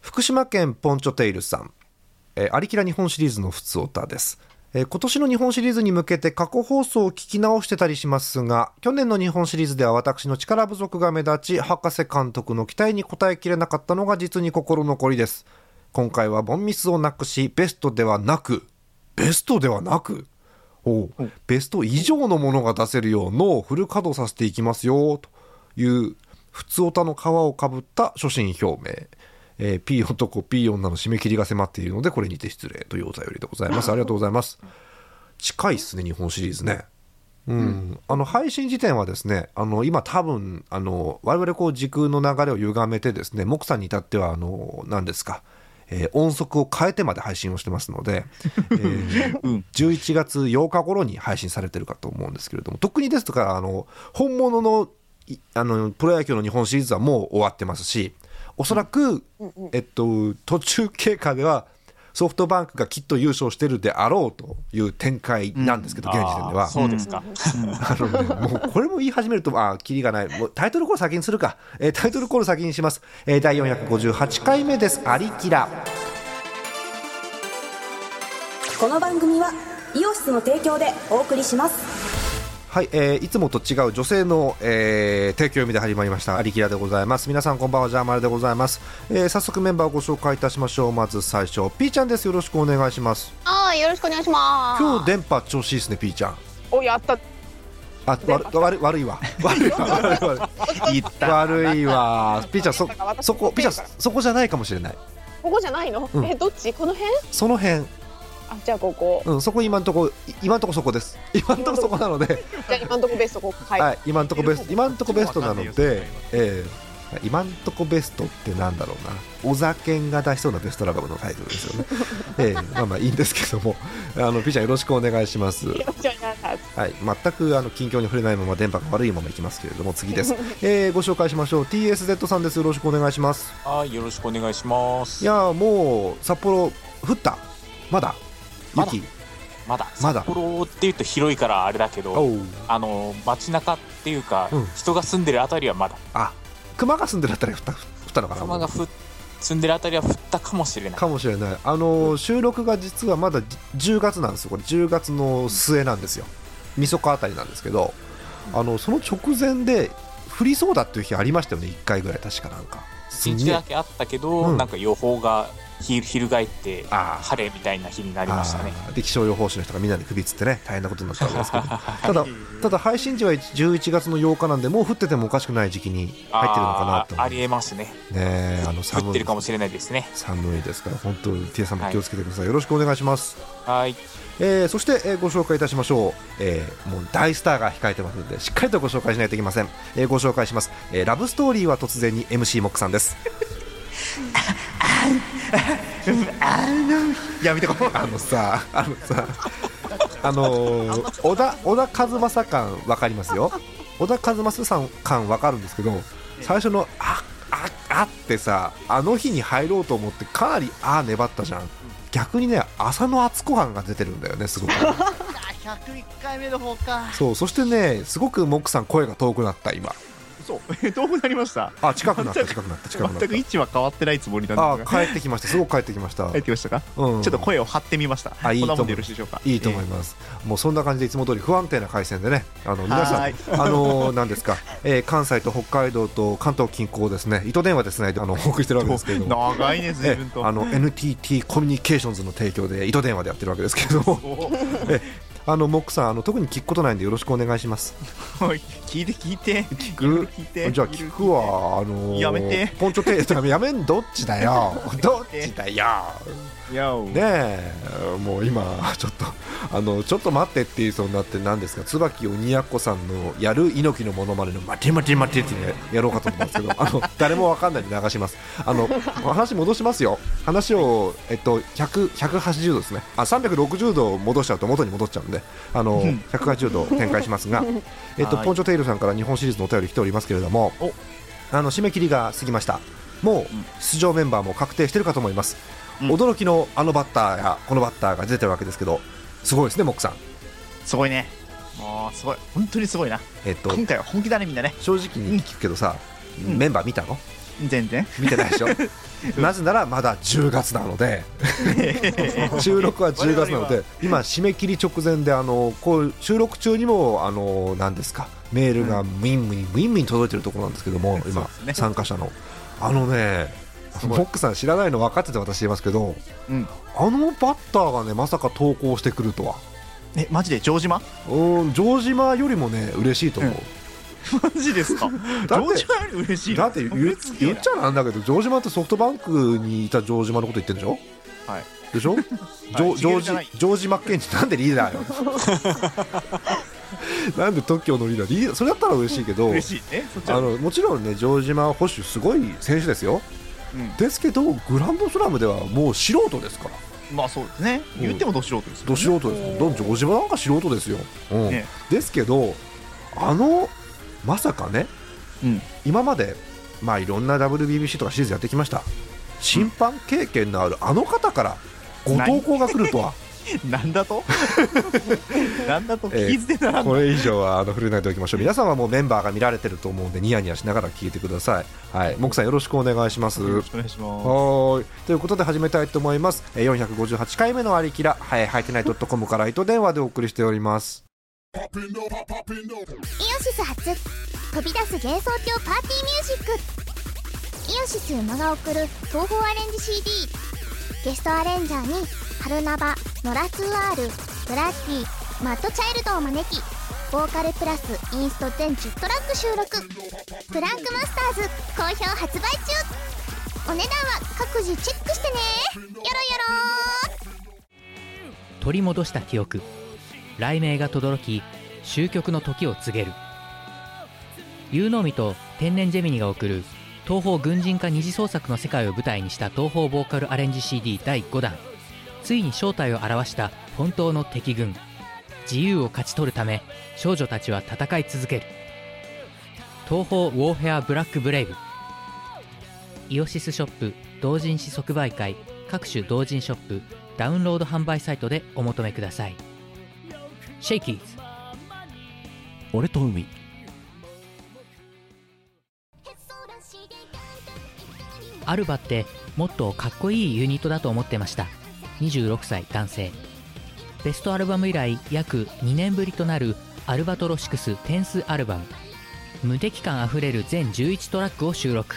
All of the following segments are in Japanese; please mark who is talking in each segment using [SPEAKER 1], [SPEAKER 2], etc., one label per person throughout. [SPEAKER 1] 福島県ポンチョテイルさん、えー、アリキラ日本シリーズのふつおたです、えー、今年の日本シリーズに向けて過去放送を聞き直してたりしますが去年の日本シリーズでは私の力不足が目立ち博士監督の期待に応えきれなかったのが実に心残りです今回はボンミスをなくしベストではなくベストではなくおベスト以上のものが出せるよう脳をフル稼働させていきますよという普通オタの皮をかぶった所信表明、えー、P 男 P 女の締め切りが迫っているのでこれにて失礼というお便りでございますありがとうございます近いっすね日本シリーズねうん、うん、あの配信時点はですねあの今多分あの我々こう時空の流れを歪めてですね木さんに至ってはあの何ですかえー、音速を変えてまで配信をしてますので、えー うん、11月8日頃に配信されてるかと思うんですけれども特にですとかあの本物のあのプロ野球の日本シリーズはもう終わってますしおそらく、えっと、途中経過ではソフトバンクがきっと優勝してるであろうという展開なんですけど、うん、現時点では。
[SPEAKER 2] そうですか、
[SPEAKER 1] あの、ね、もうこれも言い始めると、ああ、きりがない、もうタイトルコール先にするか、えー、タイトルコール先にします、えー、第458回目です、ありきら。
[SPEAKER 3] この番組はイオシスの提供でお送りします。
[SPEAKER 1] はい、えー、いつもと違う女性の、えー、提供読みで始まりましたありきらでございます皆さんこんばんはジャーマルでございます、えー、早速メンバーをご紹介いたしましょうまず最初ピーちゃんですよろしくお願いします
[SPEAKER 4] あよろしくお願いします
[SPEAKER 1] 今日電波調子いいですねピーちゃん
[SPEAKER 4] おやった
[SPEAKER 1] あ悪悪いわ悪いわ悪いわ悪いわピーちゃんそそこピーちゃんそこじゃないかもしれない
[SPEAKER 4] ここじゃないの、うん、えどっちこの辺
[SPEAKER 1] その辺
[SPEAKER 4] あじゃあここ。
[SPEAKER 1] うんそこ今んとこ今んとこそこです。 今んとこそこなので。
[SPEAKER 4] じゃ今んとこベストここ、はい、
[SPEAKER 1] はい。今んとこベスト今んとこベストなので、えー、今んとこベストってなんだろうな。お酒が出しそうなベストラバムのタイトルですよね。えー、まあまあいいんですけども、あのピーちゃんよろしくお願いします。はい。全くあの近況に触れないまま電波が悪いままいきますけれども次です。えー、ご紹介しましょう。TSZ さんです。よろしくお願いします。
[SPEAKER 5] はいよろしくお願いします。
[SPEAKER 1] いやもう札幌降ったまだ。
[SPEAKER 5] まだまだ札幌っていうと広いからあれだけどあの街中っていうか、うん、人が住んでるあたりはまだ
[SPEAKER 1] あ熊が住んでるあたりは降ったのかな
[SPEAKER 5] 熊がふ住んでるあたりは降ったかもしれない
[SPEAKER 1] かもしれないあの、うん、収録が実はまだ10月なんですよこれ10月の末なんですよみそかあたりなんですけど、うん、あのその直前で降りそうだっていう日ありましたよね1回ぐらい確かなんか
[SPEAKER 5] 1日だけあったけど、なんか予報がひ翻って晴れみたいな日になりましたね
[SPEAKER 1] で気象予報士の人がみんなで首つってね大変なことになったん ですけどただただ配信時は11月の8日なんでもう降っててもおかしくない時期に入ってるのかなと
[SPEAKER 5] ありえますね
[SPEAKER 1] ねあの
[SPEAKER 5] 寒い降ってるかもしれないですね
[SPEAKER 1] 寒いですから本当に T さんも気をつけてください、はい、よろしくお願いします
[SPEAKER 5] はい、
[SPEAKER 1] えー、そして、えー、ご紹介いたしましょう、えー、もう大スターが控えてますのでしっかりとご紹介しないといけません、えー、ご紹介します、えー、ラブストーリーは突然に MC モックさんですあの やめてこあのさあのさあのー、小田小田和正感わかりますよ小田和正さん感わかるんですけど最初の「あああってさあの日に入ろうと思ってかなり「あ」粘ったじゃん逆にね浅野敦子感が出てるんだよねすご く
[SPEAKER 6] 101回目の方か
[SPEAKER 1] そうそしてねすごくモックさん声が遠くなった今
[SPEAKER 7] そう。遠くなりました。
[SPEAKER 1] あ、近くなった、近くなった、近くなった。
[SPEAKER 7] 全く位置は変わってないつもりなん
[SPEAKER 1] ですが。あ、帰ってきました。すごく帰ってきました。
[SPEAKER 7] 帰ってきましたか。うん。ちょっと声を張ってみました。
[SPEAKER 1] あ、いいと思
[SPEAKER 7] います。
[SPEAKER 1] いいと思います。もうそんな感じでいつも通り不安定な回線でね、あの皆さん、あのなんですか、え関西と北海道と関東近郊ですね、糸電話ですね、あのお送りしてるわけですけど。
[SPEAKER 7] 長いね、随分と。
[SPEAKER 1] あの NTT コミュニケーションズの提供で糸電話でやってるわけですけども。えあのモックさんあの特に聞くことないんでよろしくお願いします。
[SPEAKER 7] 聞いて聞い て
[SPEAKER 1] 聞く聞いてじゃあ聞くわあの
[SPEAKER 7] ー、やめて
[SPEAKER 1] ポンチョテーやめんどっち だよどっちだよ。ねえもう今ちょっとあのちょっと待ってって言いそうになってなんですが椿鬼奴さんのやる猪木のものまねの待て待て待てってねやろうかと思ったんですけどあの誰もわかんないで流しますあの話戻しますよ話をえっと100 180度ですねあ360度戻しちゃうと元に戻っちゃうんであの180度展開しますがえっとポンチョテイルさんから日本シリーズのお便り来ておりますけれどもあの締め切りが過ぎましたもう出場メンバーも確定してるかと思います、うん、驚きのあのバッターやこのバッターが出てるわけですけどすごいですねモックさん
[SPEAKER 7] すごいねもうすごい本当にすごいな、えっと、今回は本気だねみんなね
[SPEAKER 1] 正直に聞くけどさ、うん、メンバー見たの、
[SPEAKER 7] 全然
[SPEAKER 1] 見てないでしょ なぜならまだ10月なの で収録は10月なので今締め切り直前であのこう収録中にもあの何ですかメールがムインムインムインムイン届いてるところなんですけども今
[SPEAKER 7] ね
[SPEAKER 1] 参加者のあのね
[SPEAKER 7] ご
[SPEAKER 1] モ
[SPEAKER 7] い
[SPEAKER 1] ックさん知らないの分かってて私言いますけど
[SPEAKER 7] うん
[SPEAKER 1] あのバッターがねまさか投稿してくるとは
[SPEAKER 7] えマジで城 島
[SPEAKER 1] うん城島よりもね嬉しいと思う
[SPEAKER 7] マジですか
[SPEAKER 1] だっ
[SPEAKER 7] 城
[SPEAKER 1] て
[SPEAKER 7] 島より嬉しいな
[SPEAKER 1] だって言う
[SPEAKER 7] すげえ
[SPEAKER 1] 言
[SPEAKER 7] な
[SPEAKER 1] っちゃなんだけど城島ってソフトバンクにいた城島のこと言ってるんでしょ
[SPEAKER 7] はい
[SPEAKER 1] でしょジョ
[SPEAKER 7] はい
[SPEAKER 1] ジョ
[SPEAKER 7] 茂じゃな
[SPEAKER 1] ー
[SPEAKER 7] い
[SPEAKER 1] ジジョージ・マッケンジーなんでリーダーよ なんで TOKIO のリーダーリーダーそれだったら嬉しいけど
[SPEAKER 7] 嬉しいえそっち
[SPEAKER 1] あ
[SPEAKER 7] は
[SPEAKER 1] のもちろんね城島捕手すごい選手ですよ、
[SPEAKER 7] うん
[SPEAKER 1] ですけどグランドスラムではもう素人ですから
[SPEAKER 7] まあそうですね
[SPEAKER 1] うん
[SPEAKER 7] 言ってもど素人ですよ
[SPEAKER 1] ど素人ですよどん城島なんか素人ですよ、うん
[SPEAKER 7] ね
[SPEAKER 1] ですけどあのまさかね
[SPEAKER 7] うん
[SPEAKER 1] 今まで、まあ、いろんな WBBC とかシリーズやってきました審判経験のあるあの方からご投稿が来るとは
[SPEAKER 7] なんだと なんだと
[SPEAKER 1] えー
[SPEAKER 7] 聞き捨てならん
[SPEAKER 1] これ以上はあの触れないでおきましょう皆さんはもうメンバーが見られてると思うんでニヤニヤしながら聞いてくださいはい木さんよろしくお願いします
[SPEAKER 7] よろしくお願いします
[SPEAKER 1] はーいということで始めたいと思いますえー458回目のありきらはいはいてない .com から糸電話でお送りしております
[SPEAKER 2] イオシス初飛び出す幻想郷パーティーミュージックイオシス馬が送る東宝アレンジ CD ゲストアレンジャーに春ナバノラ 2R ブラッディマッドチャイルドを招きボーカルプラスインスト全10トラック収録プランクマスターズ好評発売中お値段は各自チェックしてねよろよろー
[SPEAKER 8] 取り戻した記憶雷鳴が轟き終局の時を告げる有能美と天然ジェミニが送る東方軍人化二次創作の世界を舞台にした東方ボーカルアレンジ CD 第5弾ついに正体を表した本当の敵軍自由を勝ち取るため少女たちは戦い続ける東方ウォーフェアブラックブレイブイオシスショップ同人誌即売会各種同人ショップダウンロード販売サイトでお求めくださいシェイキーズ俺と海アルバってもっとかっこいいユニットだと思ってました26歳男性ベストアルバム以来約2年ぶりとなるアルバトロシクス点数アルバム無敵感あふれる全11トラックを収録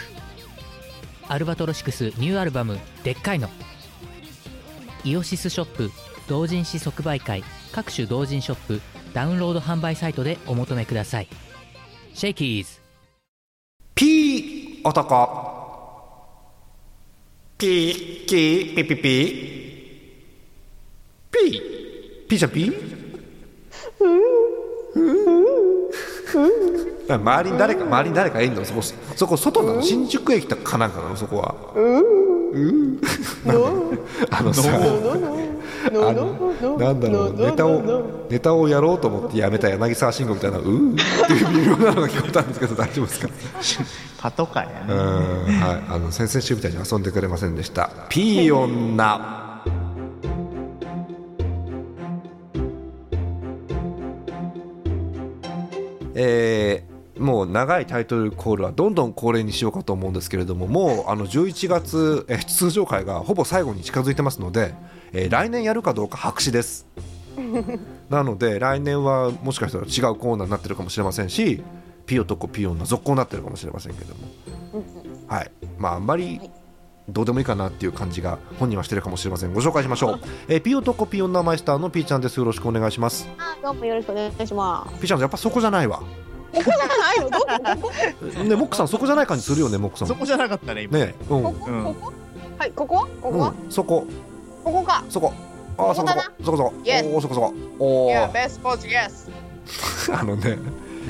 [SPEAKER 8] アルバトロシクスニューアルバム「でっかいの」イオシスショップ同人誌即売会各種同人ショップダウンロード販売サイトでお求めくださいシェイキーズ
[SPEAKER 1] P 男ピーキーピピピピーピーちゃんピーうん周りに誰か周りに誰かいんのそこそこ外なの新宿駅とかなんかなのそこはうんあのさあのなんだろうネタをネタをやろうと思ってやめた柳沢慎吾みたいなうーっていう微妙なのが聞こえたんですけど大丈夫ですか
[SPEAKER 7] パトカーや
[SPEAKER 1] う
[SPEAKER 7] ね
[SPEAKER 1] んはい、あの先々週みたいに遊んでくれませんでした。ピー女。えーもう長いタイトルコールはどんどん恒例にしようかと思うんですけれどももうあの11月、えー通常回がほぼ最後に近づいてますので、えー来年やるかどうか白紙です。なので来年はもしかしたら違うコーナーになってるかもしれませんしピヨとこピヨの続行になってるかもしれませんけども、はいまああんまりどうでもいいかなっていう感じが本人はしてるかもしれませんご紹介しましょう、えー、ピヨとこピヨのマイスターのピーちゃんですよろしくお願いします
[SPEAKER 4] どうもよろしくお願いします。
[SPEAKER 1] ピーちゃんやっぱそこじゃないわ
[SPEAKER 4] ここじゃないのどこここ
[SPEAKER 1] ねモックさんそこじゃない感じするよねモックさん
[SPEAKER 7] そこじゃなかったね今
[SPEAKER 1] ねうん
[SPEAKER 4] ここここはいここここ
[SPEAKER 1] うんそこ
[SPEAKER 4] ここか。
[SPEAKER 1] そこあーそこそこそこ
[SPEAKER 4] Yes
[SPEAKER 1] おーそこそこおー
[SPEAKER 4] Yeah, best pose, yes.
[SPEAKER 1] あのね、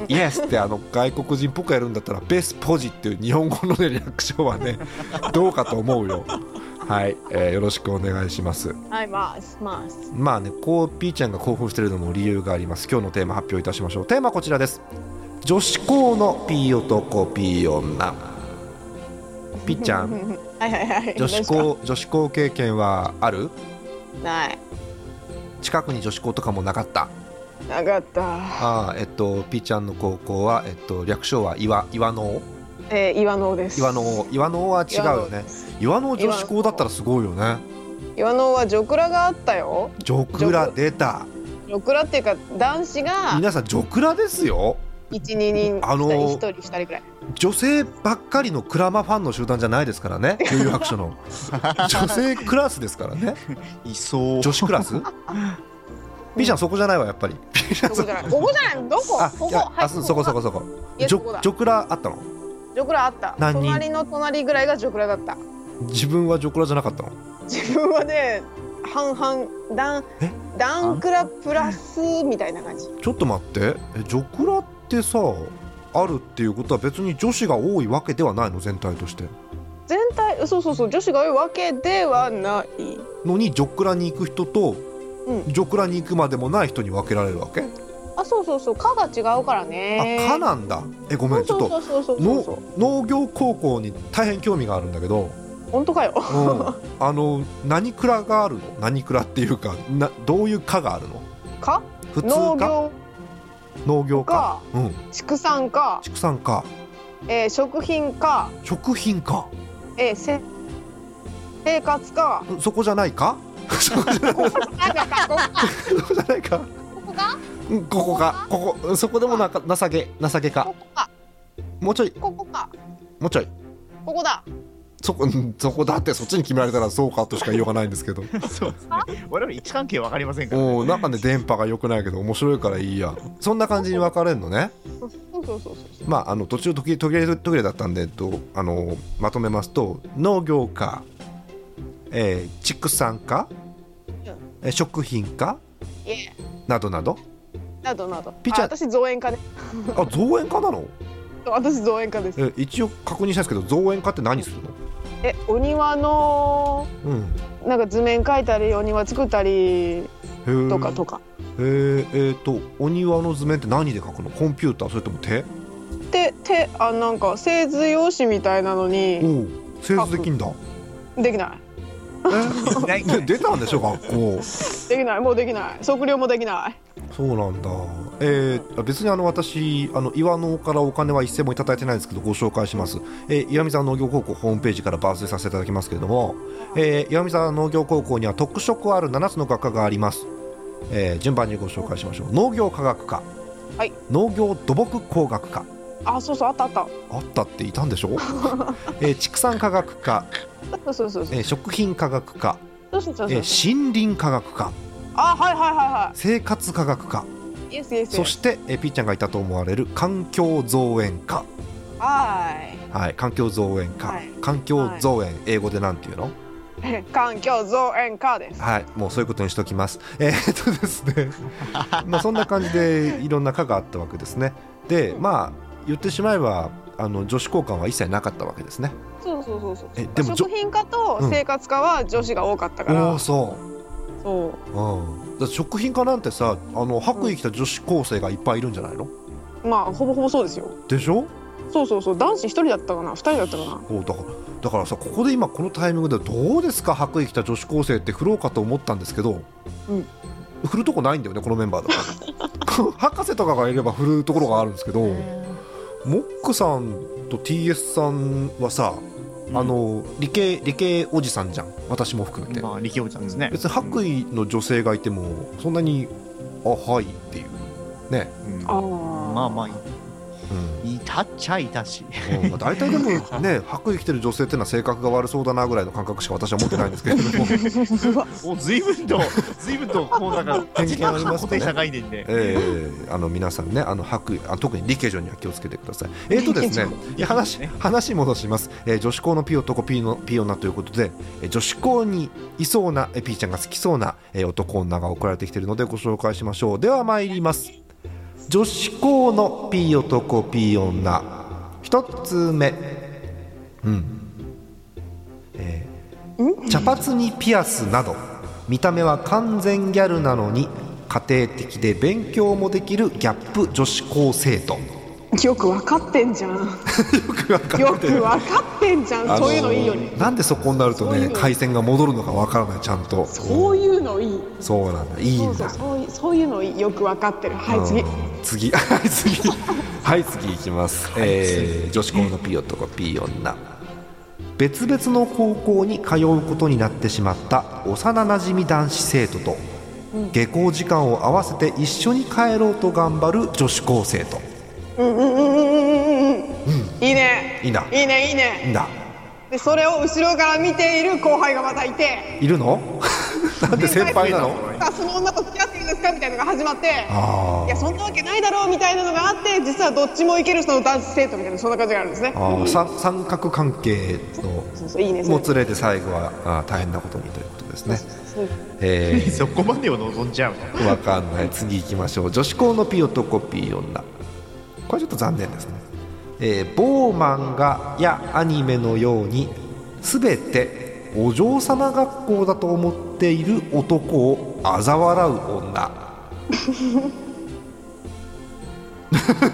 [SPEAKER 1] イエスってあの外国人っぽくやるんだったら、ベスポジっていう日本語の、ね、略称はね、どうかと思うよ。はい、えーよろしくお願いします。
[SPEAKER 4] はい、ます、ます。
[SPEAKER 1] まあね、こう、ピーちゃんが興奮してるのも理由があります。今日のテーマ発表いたしましょう。テーマはこちらです。女子校のピー男、ピー女。ピーちゃん、
[SPEAKER 4] はいはいはい。
[SPEAKER 1] 女子校、女子校経験はある
[SPEAKER 4] ない。
[SPEAKER 1] 近くに女子校とかもなかった。
[SPEAKER 4] なかった。
[SPEAKER 1] ああ、えっと、ピーちゃんの高校は、えっと、略称は岩、岩の。
[SPEAKER 4] えー、岩能です。
[SPEAKER 1] 岩の王岩の王は違うよね岩の王女子校だったらすごいよね
[SPEAKER 4] 岩能はジョクラがあったよ。
[SPEAKER 1] ジョクラ出た
[SPEAKER 4] ジョクラっていうか男子が
[SPEAKER 1] 皆さんジョクラですよ
[SPEAKER 4] 一二人
[SPEAKER 1] あのー
[SPEAKER 4] 一人二人くらい。
[SPEAKER 1] 女性ばっかりのクラマファンの集団じゃないですから ね悠々白書の女性クラスですからね
[SPEAKER 7] いそう
[SPEAKER 1] 女子クラス B ちゃんそこじゃないわやっぱり
[SPEAKER 4] ここじゃない。ここじゃない。どこ？ここ。
[SPEAKER 1] いや
[SPEAKER 4] はい
[SPEAKER 1] あそそこそこ。そこ
[SPEAKER 4] いや
[SPEAKER 1] ジ
[SPEAKER 4] そこだ
[SPEAKER 1] ョジョクラあったの
[SPEAKER 4] ジョクラあった。
[SPEAKER 1] 何人
[SPEAKER 4] 隣の隣ぐらいがジョクラだった。
[SPEAKER 1] 自分はジョクラじゃなかったの
[SPEAKER 4] 自分はね半々ダン
[SPEAKER 1] え
[SPEAKER 4] ダンクラプラスみたいな感じ。
[SPEAKER 1] ちょっと待ってえジョクラってさあるっていうことは別に女子が多いわけではないの全体として
[SPEAKER 4] 全体そうそうそう女子が多いわけではない。
[SPEAKER 1] のにジョクラに行く人と、
[SPEAKER 4] うん
[SPEAKER 1] ジョクラに行くまでもない人に分けられるわけ、
[SPEAKER 4] あそうそうそう科が違うからね。
[SPEAKER 1] あかなんだえごめんちょっと
[SPEAKER 4] そうそうそうそうそう
[SPEAKER 1] の。農業高校に大変興味があるんだけど、
[SPEAKER 4] 本当かよ。
[SPEAKER 1] うん、あの何蔵があるの何蔵っていうかなどういう科があるの
[SPEAKER 4] 科
[SPEAKER 1] 普通
[SPEAKER 4] 農
[SPEAKER 1] 科
[SPEAKER 4] 業
[SPEAKER 1] 農業科
[SPEAKER 4] か
[SPEAKER 1] うん、
[SPEAKER 4] 畜産か、
[SPEAKER 1] 畜産科
[SPEAKER 4] えー、食品か、
[SPEAKER 1] 食品科
[SPEAKER 4] えー、せ生活か。
[SPEAKER 1] うんそこじゃないかそこじゃない
[SPEAKER 4] なんかかこ
[SPEAKER 1] そこじゃないか
[SPEAKER 2] ここが
[SPEAKER 1] うんここかここうんそこでもなか情け情けか
[SPEAKER 4] こか
[SPEAKER 1] もうちょい
[SPEAKER 4] ここか
[SPEAKER 1] もうちょい
[SPEAKER 4] ここだ。
[SPEAKER 1] そこうんそこだってそっちに決められたらそうかとしか言いようがないんですけど
[SPEAKER 7] そうですね 我々位置関係わかりませんからね
[SPEAKER 1] おおなんかね電波が良くないけど面白いからいいやそんな感じに分かれるのね
[SPEAKER 4] そうそうそうそうそう。
[SPEAKER 1] まあ、あの途中途切れ途切れ途切れだったんで、えっと、あのまとめますと農業科、えー畜産科、えー食品科
[SPEAKER 4] いえ
[SPEAKER 1] などなど
[SPEAKER 4] などなど。
[SPEAKER 1] ピッチャー
[SPEAKER 4] あ私造園家ね。
[SPEAKER 1] あ造園科なの
[SPEAKER 4] 私造園家です。
[SPEAKER 1] えー一応確認したんですけど造園科って何するの、
[SPEAKER 4] えお庭の
[SPEAKER 1] うん
[SPEAKER 4] なんか図面描いたりお庭作ったり
[SPEAKER 1] へー
[SPEAKER 4] とかとか。
[SPEAKER 1] へーえーとお庭の図面って何で描くのコンピューターそれとも手
[SPEAKER 4] で手あなんか製図用紙みたいなの
[SPEAKER 1] お
[SPEAKER 4] に
[SPEAKER 1] お製図できんだ
[SPEAKER 4] できな
[SPEAKER 1] え ね出たんでしょ学校
[SPEAKER 4] いできないもうできない測量もできない。
[SPEAKER 1] そうなんだ。えーあ別にあの私あの岩のからお金は一銭もいただいてないんですけどご紹介します。えー岩見沢農業高校ホームページから抜粋させていただきますけれども、えー岩見沢農業高校には特色ある7つの学科があります。えー順番にご紹介しましょう。農業科学科、
[SPEAKER 4] はい
[SPEAKER 1] 農業土木工学科、
[SPEAKER 4] あそうそうあったあった。
[SPEAKER 1] あったっていたん でしょ、えー畜産科学科、
[SPEAKER 4] そうそうそうそう
[SPEAKER 1] えー食品科学科、
[SPEAKER 4] そうそうそう
[SPEAKER 1] え
[SPEAKER 4] そう。
[SPEAKER 1] ー森林科学科、
[SPEAKER 4] あはいはいはいは
[SPEAKER 1] 生活科学科、
[SPEAKER 4] い。イエスイエス。
[SPEAKER 1] そして、えーピーちゃんがいたと思われる環境造園科、
[SPEAKER 4] は
[SPEAKER 1] はい、環境造園科、
[SPEAKER 4] はい
[SPEAKER 1] 環境造園、英語でなんていうの
[SPEAKER 4] ーい。 環境造園家です。
[SPEAKER 1] はいもうそういうことにしときます えーっとですね まあそんな感じでいろんな科があったわけですねでまあ言ってしまえばあの女子交換は一切なかったわけですね
[SPEAKER 4] そうそうそうそう。
[SPEAKER 1] えでもちょ
[SPEAKER 4] 食品科と生活科は女子が多かったから。
[SPEAKER 1] おおそ、
[SPEAKER 4] そう
[SPEAKER 1] うん、だって食品科なんてさあの白衣着た女子高生がいっぱいいるんじゃないの
[SPEAKER 4] う。まあほぼほぼそうですよ。
[SPEAKER 1] でしょ
[SPEAKER 4] そうそうそう男子一人だったかな二人だったかな。
[SPEAKER 1] こうだからだからさここで今このタイミングでどうですか白衣着た女子高生って振ろうかと思ったんですけど、
[SPEAKER 4] うん
[SPEAKER 1] 振るとこないんだよねこのメンバーだと 博士とかがいれば振るところがあるんですけどモックさんと TS さんはさ、あの理系理系おじさんじゃん私も含めて、
[SPEAKER 7] まあ力夫ちゃんですね
[SPEAKER 1] 別に白衣の女性がいてもそんなに「あはい」っていうね、
[SPEAKER 7] うん
[SPEAKER 4] ああ。
[SPEAKER 7] まあまあ
[SPEAKER 1] うん
[SPEAKER 7] いたっちゃいたし
[SPEAKER 1] うんまあ、大体でもね白衣着てる女性っていうのは性格が悪そうだなぐらいの感覚しか私は持ってないんですけれども、
[SPEAKER 7] お随分と随分とこうなんか
[SPEAKER 1] 偏見あります
[SPEAKER 7] 固
[SPEAKER 1] かね
[SPEAKER 7] 定した概念で
[SPEAKER 1] えーあの皆さんねあの白衣あ特に理系女には気をつけてくださいえーとですねいや話話戻します、えー女子校のピオ男ピーのピオナということで、えー女子校にいそうなえーピーちゃんが好きそうな、えー男女が送られてきているのでご紹介しましょうでは参ります女子校のピー男ピー女一つ目うん、えー茶髪にピアスなど見た目は完全ギャルなのに家庭的で勉強もできるギャップ女子高生徒
[SPEAKER 4] よくわかってんじゃん。
[SPEAKER 1] よく
[SPEAKER 4] よくわかってんじゃん。そういうのいいよね。
[SPEAKER 1] なんでそこになると
[SPEAKER 4] そうい
[SPEAKER 1] ね
[SPEAKER 4] うの
[SPEAKER 1] 回線が戻るのかわからないちゃんと
[SPEAKER 4] そういうのいい。
[SPEAKER 1] そうなんだいい
[SPEAKER 4] そ
[SPEAKER 1] ん
[SPEAKER 4] うそう
[SPEAKER 1] だ
[SPEAKER 4] そういうそういうのいいよくわかってる。はい次。
[SPEAKER 1] 次 はい次はい次いき ます、えー女子校のピヨとかピヨンナ別々の高校に通うことになってしまった幼なじみ男子生徒と下校時間を合わせて一緒に帰ろうと頑張る女子高生と
[SPEAKER 4] うんうんうんうんうんうんうん。いいね。
[SPEAKER 1] いいない
[SPEAKER 4] いねいい
[SPEAKER 1] いいん
[SPEAKER 4] ね。
[SPEAKER 1] だ
[SPEAKER 4] でそれを後ろから見ている後輩がまたいて。
[SPEAKER 1] いるの なんで先輩なの
[SPEAKER 4] さあその女と付き合ってるんですかみたいなのが始まって。
[SPEAKER 1] あ
[SPEAKER 4] いやそんなわけないだろうみたいなのがあって実はどっちもいける人の男子生徒みたいなそんな感じがあるんですね
[SPEAKER 1] あああさ三角関係の
[SPEAKER 4] そうそういいねそ
[SPEAKER 1] も
[SPEAKER 4] れ
[SPEAKER 1] つれて最後はあー大変なことにということですね。え
[SPEAKER 7] そこまでを望んじゃうの
[SPEAKER 1] ー、わかんない次行きましょう女子校のピ男ピ女これちょっと残念ですね、えー、某漫画やアニメのように全てお嬢様学校だと思っている男を嘲笑う女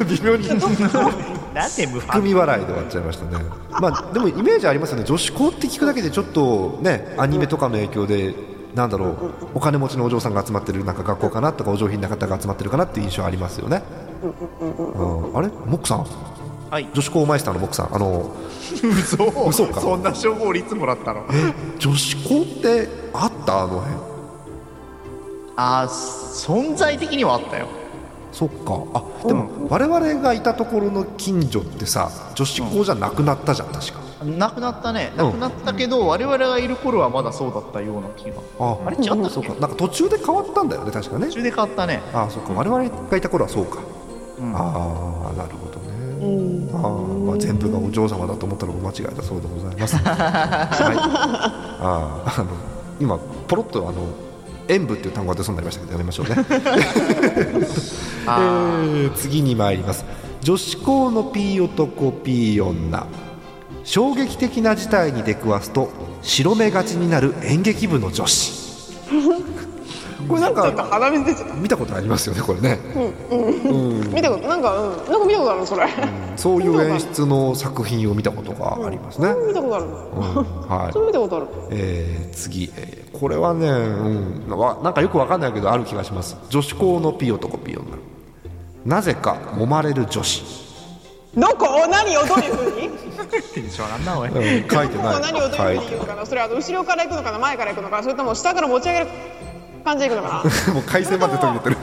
[SPEAKER 1] 微妙 に
[SPEAKER 7] なんで無
[SPEAKER 1] 含
[SPEAKER 7] 反
[SPEAKER 1] み笑いで終わっちゃいましたね、まあ、でもイメージありますよね、女子校って聞くだけでちょっとね、アニメとかの影響で、なんだろう、お金持ちのお嬢さんが集まってるなんか学校かなとか、お上品な方が集まってるかなっていう印象ありますよね。うんあれ、モックさん、
[SPEAKER 7] はい
[SPEAKER 1] 女子校マイスターのモックさん、あの
[SPEAKER 7] 嘘
[SPEAKER 1] 嘘か
[SPEAKER 7] そんな称号俺いつもらったの
[SPEAKER 1] 女子校ってあった、あの辺
[SPEAKER 7] あー存在的にはあったよ
[SPEAKER 1] そっかあでも、我々がいたところの近所ってさ女子校じゃなくなったじゃん確か、
[SPEAKER 7] なくなったね
[SPEAKER 1] うん
[SPEAKER 7] なくなったけど、我々がいる頃はまだそうだったような気が
[SPEAKER 1] あ
[SPEAKER 7] あれ違ったっけ
[SPEAKER 1] そうかなんか途中で変わったんだよね確かね
[SPEAKER 7] 途中で変わったね
[SPEAKER 1] ああそうか我々がいた頃はそうか、
[SPEAKER 7] うん
[SPEAKER 1] ああなるほどね、あーまあ全部がお嬢様だと思ったのが間違えたそうでございます、はい、あーあの今ポロッとあの演舞っていう単語が出そうになりましたけどやめまし ょうね、えー次に参ります女子校の P 男 P 女衝撃的な事態に出くわすと白目がちになる演劇部の女子これなん
[SPEAKER 4] ちょっと
[SPEAKER 1] か
[SPEAKER 4] 鼻水出ちゃっ
[SPEAKER 1] 見たことありますよねこれね、
[SPEAKER 4] た見たことなんか、うん、なんか見たことあるのそれ、
[SPEAKER 1] そういう演出の作品を見たことがありますね、
[SPEAKER 4] 見たことある
[SPEAKER 1] うん
[SPEAKER 4] の
[SPEAKER 1] は
[SPEAKER 4] それ
[SPEAKER 1] い
[SPEAKER 4] 見たことある
[SPEAKER 1] えー、次、えーこれはね、うん、わなんかよくわかんないけどある気がします女子校のピ男ピ女なぜか揉まれる女子、
[SPEAKER 4] どこ何をどういうふうに
[SPEAKER 7] テンション上がんなおい
[SPEAKER 1] うん、書いて ない
[SPEAKER 4] どこ何をどういうふうに言うのかなそれは後ろから行くのかな前から行くのかなそれとも下から持ち上げる感じで行くのかな
[SPEAKER 1] もう回線まで飛び出てる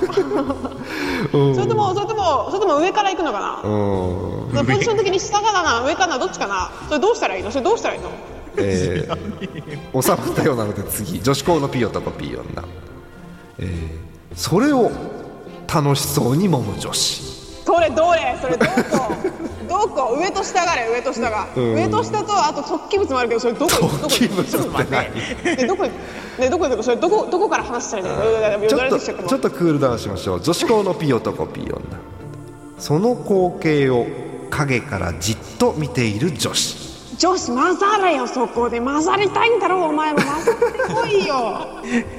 [SPEAKER 4] それともそれともそれとも上から行くのかな、
[SPEAKER 1] うん、
[SPEAKER 4] それポジション的に下かな上かなどっちかなそれどうしたらいいのそれどうしたらいいの
[SPEAKER 1] えー、収まったようなので次女子校のピ男ピ女、えー、それを楽しそうに揉む女子
[SPEAKER 4] それどれそ れどこどこ上と下がれ上と下が、
[SPEAKER 1] ん
[SPEAKER 4] 上と下とあと突起物もあるけどそれどこどこ
[SPEAKER 1] 気分ってない
[SPEAKER 4] ねどこねどこどこそれどこどこから話したらいいのだから
[SPEAKER 1] ちょ
[SPEAKER 4] よだ
[SPEAKER 1] っ
[SPEAKER 4] れ
[SPEAKER 1] と
[SPEAKER 4] 出てきちゃった
[SPEAKER 1] ちょっとクールダウンしましょう女子校のピ男ピ女その光景を影からじっと見ている女子
[SPEAKER 4] 女子混ざれよそこで混ざりたいんだろうお前も混ざってこいよ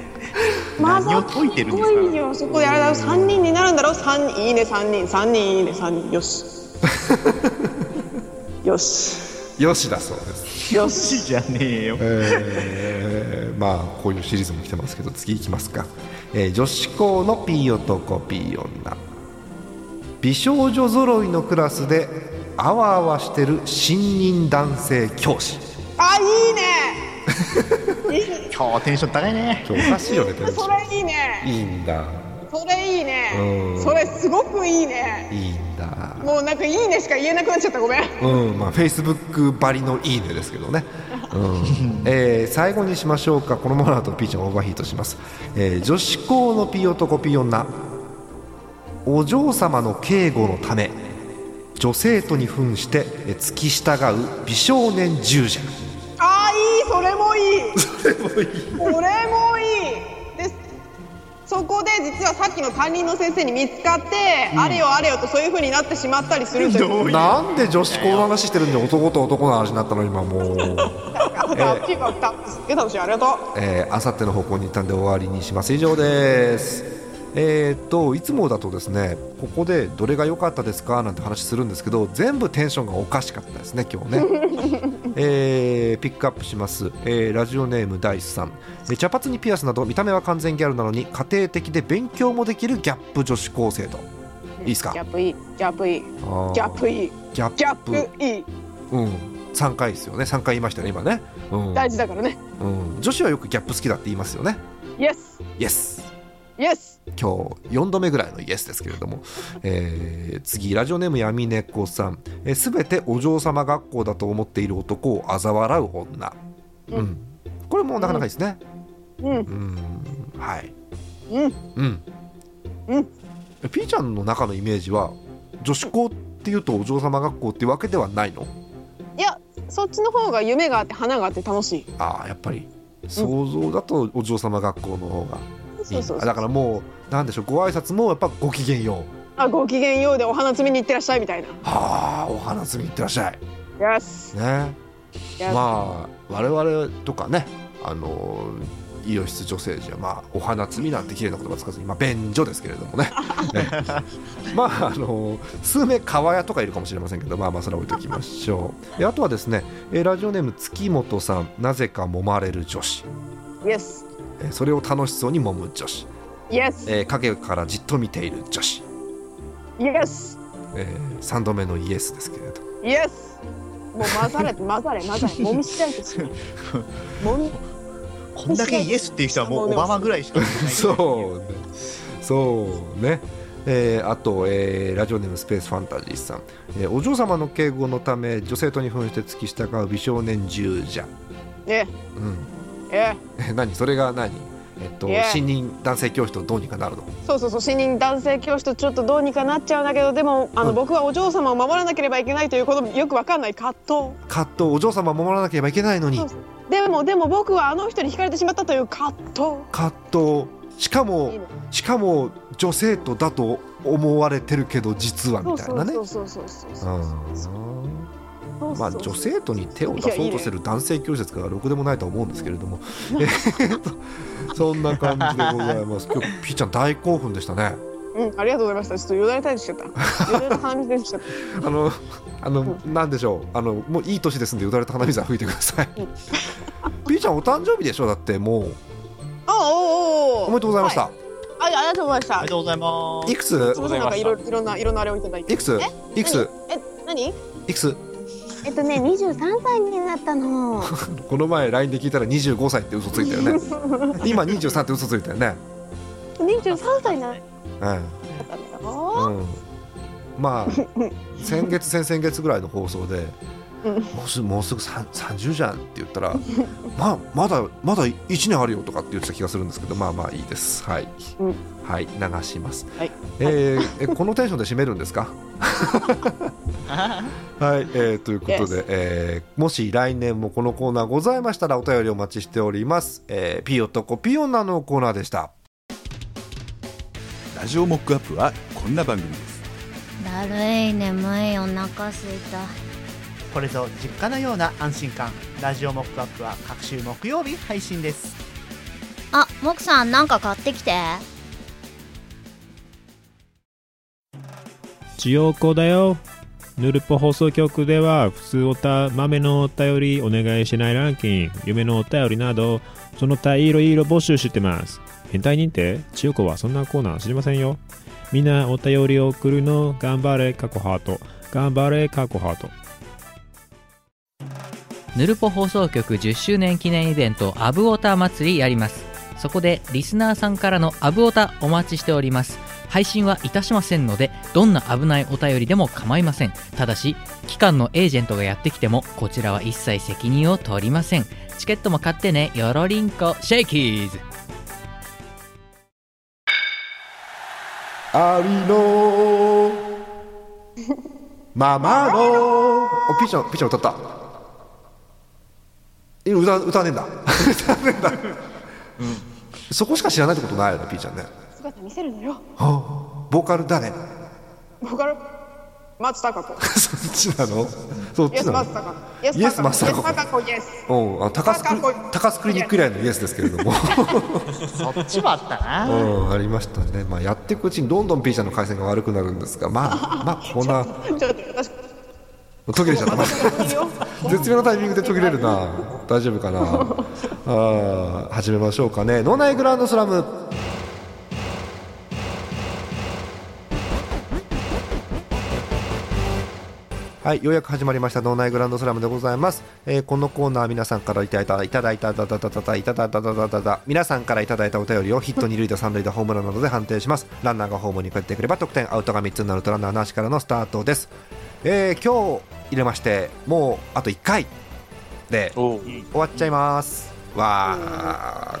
[SPEAKER 4] 混ざってこ
[SPEAKER 7] 何を解いてるんですか
[SPEAKER 4] いよそこであれだろ三人になるんだろ三人いいね三人三人いいね三人よ しよし
[SPEAKER 1] よしだそうです、
[SPEAKER 4] よし
[SPEAKER 7] じゃねえ よ
[SPEAKER 1] えーまあこういうシリーズも来てますけど次いきますか、えー女子校のピ男ピ女美少女揃いのクラスであわあわしてる新任男性教師
[SPEAKER 4] あい
[SPEAKER 7] 今日はテンション高いね
[SPEAKER 1] おかしいよねテン
[SPEAKER 4] い
[SPEAKER 1] ショ
[SPEAKER 4] ねそ
[SPEAKER 1] ン
[SPEAKER 4] れいいね
[SPEAKER 1] いいんだ
[SPEAKER 4] それいいね
[SPEAKER 1] うん
[SPEAKER 4] それすごくいいね
[SPEAKER 1] いいんだ
[SPEAKER 4] もうなんかいいねしか言えなくなっちゃったごめん
[SPEAKER 1] うんまあ、フェイスブックばりのいいねですけどね、うんえー最後にしましょうかこのままだとピーちゃんオーバーヒートします、えー女子校のピ男ピ女お嬢様の警護のため女生徒に扮してえー付き従う美少年従者
[SPEAKER 4] あーいいそれもいいそれもいいそれもいいでそこで実はさっきの担任の先生に見つかって、あれよあれよとそういう風になってしまったりするという
[SPEAKER 1] なんで女子校の話してるんで男と男の話になったの今もう、
[SPEAKER 4] あとはピーバッタップすげえ楽しいありがとう
[SPEAKER 1] えー、あさっての方向に行ったんで終わりにします以上ですえーっといつもだとですねここでどれが良かったですかなんて話するんですけど全部テンションがおかしかったですね今 日ね、えーピックアップします、えーラジオネーム大師さんえー茶髪にピアスなど見た目は完全ギャルなのに家庭的で勉強もできるギャップ女子高生といいですか
[SPEAKER 4] ギャップいいギャップいい
[SPEAKER 1] あー
[SPEAKER 4] ギャップいい
[SPEAKER 1] ギャップ
[SPEAKER 4] ギャップいい
[SPEAKER 1] うん3回ですよね3回言いましたね今ね、うん
[SPEAKER 4] 大事だからね
[SPEAKER 1] うん、女子はよくギャップ好きだって言いますよね
[SPEAKER 4] イエス
[SPEAKER 1] イエス
[SPEAKER 4] イエス
[SPEAKER 1] 今日4度目ぐらいのイエスですけれども、えー次ラジオネーム闇猫さん「えー、全てお嬢様学校だと思っている男を嘲笑う女」うんこれもなかなかいいですね
[SPEAKER 4] うん
[SPEAKER 1] うんはい
[SPEAKER 4] うん
[SPEAKER 1] うん
[SPEAKER 4] うん
[SPEAKER 1] えピーちゃんの中のイメージは女子校っていうとお嬢様学校っていうわけではないの
[SPEAKER 4] いやそっちの方が夢があって花があって楽しい
[SPEAKER 1] ああやっぱり想像だとお嬢様学校の方がいい
[SPEAKER 4] そうそうそう
[SPEAKER 1] だからもうなんでしょうご挨拶もやっぱごきげんよう
[SPEAKER 4] あごきげんようでお花摘みに行ってらっしゃいみたいな
[SPEAKER 1] はあお花摘みいってらっしゃい
[SPEAKER 4] よし
[SPEAKER 1] ね
[SPEAKER 4] よし
[SPEAKER 1] まあ我々とかねあの医療室女性じゃまあお花摘みなんて綺麗な言葉使わずにまあ便所ですけれどもねねまああの数名川屋とかいるかもしれませんけどまあまあそれは置いときましょうであとはですねえーラジオネーム月本さんなぜか揉まれる女子
[SPEAKER 4] イエス
[SPEAKER 1] えーそれを楽しそうに揉む女子、
[SPEAKER 4] イエス
[SPEAKER 1] えー影からじっと見ている女子、
[SPEAKER 4] イエス
[SPEAKER 1] え3度目のイエスですけれど
[SPEAKER 4] イエスもう混ざれ混ざれ 混ざれもみしちゃいですよもみ
[SPEAKER 7] こんだけイエスっていう人はもうオバマぐらいしかいないっていう
[SPEAKER 1] そうね。そうね。えーあと、えーラジオネームスペースファンタジーさん、えーお嬢様の敬語のため女性とに扮して付き従う美少年従者、
[SPEAKER 4] え
[SPEAKER 1] うん、
[SPEAKER 4] え
[SPEAKER 1] え何それが何、えっと
[SPEAKER 4] いや
[SPEAKER 1] 新任男性教師とどうにかなるの
[SPEAKER 4] そうそうそう新任男性教師とちょっとどうにかなっちゃうんだけどでもあの、
[SPEAKER 1] うん
[SPEAKER 4] 僕はお嬢様を守らなければいけないというこのよくわかんない葛藤
[SPEAKER 1] カットお嬢様を守らなければいけないのに
[SPEAKER 4] そうそうでもでも僕はあの人に惹かれてしまったという葛藤
[SPEAKER 1] カットしかも
[SPEAKER 4] いいね
[SPEAKER 1] しかも女性とだと思われてるけど実は
[SPEAKER 4] そ
[SPEAKER 1] み
[SPEAKER 4] う
[SPEAKER 1] たい
[SPEAKER 4] そう
[SPEAKER 1] なね
[SPEAKER 4] そうそうそうそうそう
[SPEAKER 1] うん
[SPEAKER 4] そう
[SPEAKER 1] まあ、女生徒に手を出そうとする男性教師ですからろくでもないとは思うんですけれども、えーとそんな感じでござい ます今日ピーちゃん大興奮でしたね
[SPEAKER 4] うんありがとうございましたちょっとよだれ垂れてきちゃ ったよだれの鼻水出てきちゃっ
[SPEAKER 1] あのあのなんでしょうあのもういい年ですんでよだれた鼻水は吹いてくださいピーちゃんお誕生日でしょだってもう
[SPEAKER 4] たあおおお
[SPEAKER 1] おめでとうございました、
[SPEAKER 4] はあありがとうございまし
[SPEAKER 7] あり
[SPEAKER 4] た
[SPEAKER 7] がとうございま
[SPEAKER 1] い、くつ
[SPEAKER 4] すいませんなんかいろいろいろんないろんなあれをいただいて
[SPEAKER 1] いくついくつ
[SPEAKER 4] え何
[SPEAKER 1] いくつ
[SPEAKER 2] えっとね23歳になったの
[SPEAKER 1] この前 LINE で聞いたら25歳って嘘ついたよね 今23って嘘ついたよね、
[SPEAKER 2] 23歳になっ
[SPEAKER 1] うん
[SPEAKER 2] たんだよ
[SPEAKER 1] うん、ま あ先月先々月ぐらいの放送で
[SPEAKER 4] うん
[SPEAKER 1] もうすもうすぐさん30じゃんって言ったらまあまだまだ1年あるよとかって言ってた気がするんですけどまあまあいいですはい、
[SPEAKER 4] うん
[SPEAKER 1] はい流します、
[SPEAKER 4] はい
[SPEAKER 1] えーえこのテンションで締めるんです かはい、えーということで、えーもし来年もこのコーナーございましたらお便りお待ちしております、えー、ピヨとコピヨナのコーナーでした
[SPEAKER 9] ラジオモックアップはこんな番組です
[SPEAKER 2] だるい眠いお腹すいた
[SPEAKER 6] これぞ実家のような安心感ラジオモックアップは各週木曜日配信です
[SPEAKER 2] あもくさんなんか買ってきて
[SPEAKER 10] 千代子だよヌルポ放送局では普通おた豆のお便りお願いしないランキング夢のお便りなどその他いろいろ募集してます変態認定千代子はそんなコーナー知りませんよみんなお便りを送るの頑張れ過去ハート頑張れ過去ハート
[SPEAKER 8] ヌルポ放送局10周年記念イベントアブオタ祭りやりますそこでリスナーさんからのアブオタお待ちしております配信はいたしませんのでどんな危ないお便りでも構いませんただし機関のエージェントがやってきてもこちらは一切責任を取りませんチケットも買ってねよろりんこシェイキーズ
[SPEAKER 1] ありのままのおピーちゃんピーちゃん歌ったえ歌歌わねえんだ 歌わねえんだ、そこしか知らないってことないよねピーちゃんね
[SPEAKER 4] 姿見せるのよ
[SPEAKER 1] ボーカル誰
[SPEAKER 4] ボーカル松たか 子。
[SPEAKER 1] そっちなのそっ
[SPEAKER 4] イエ
[SPEAKER 1] ち
[SPEAKER 4] ス
[SPEAKER 1] な
[SPEAKER 4] 松
[SPEAKER 1] の
[SPEAKER 4] たか子。
[SPEAKER 1] イエス松たか子
[SPEAKER 4] イエス高子イエス。
[SPEAKER 1] おうあ高須クリ
[SPEAKER 4] 高須
[SPEAKER 1] 高須クリニック以来のイエスですけれども
[SPEAKER 6] そっちもあった
[SPEAKER 1] う
[SPEAKER 6] な。
[SPEAKER 1] んありましたね、まあ、やっていくうちにどんどん P 社の回線が悪くなるんですがま あまあこんな
[SPEAKER 4] ちょっと私
[SPEAKER 1] 途切れちゃった絶妙なタイミングで途切れるな大丈夫かなあー始めましょうかね脳内グランドスラムはい、ようやく始まりました脳内グランドスラムでございます。えーこのコーナー皆さんからいただいたいただいただだだだだいただだだだだだ皆さんからいただいたお便りをヒット二塁打三塁打ホームランなどで判定します。ランナーがホームに帰ってくれば得点アウトが三つになるとランナーなしからのスタートです。えー今日入れましてもうあと一回で終わっちゃいます。わあ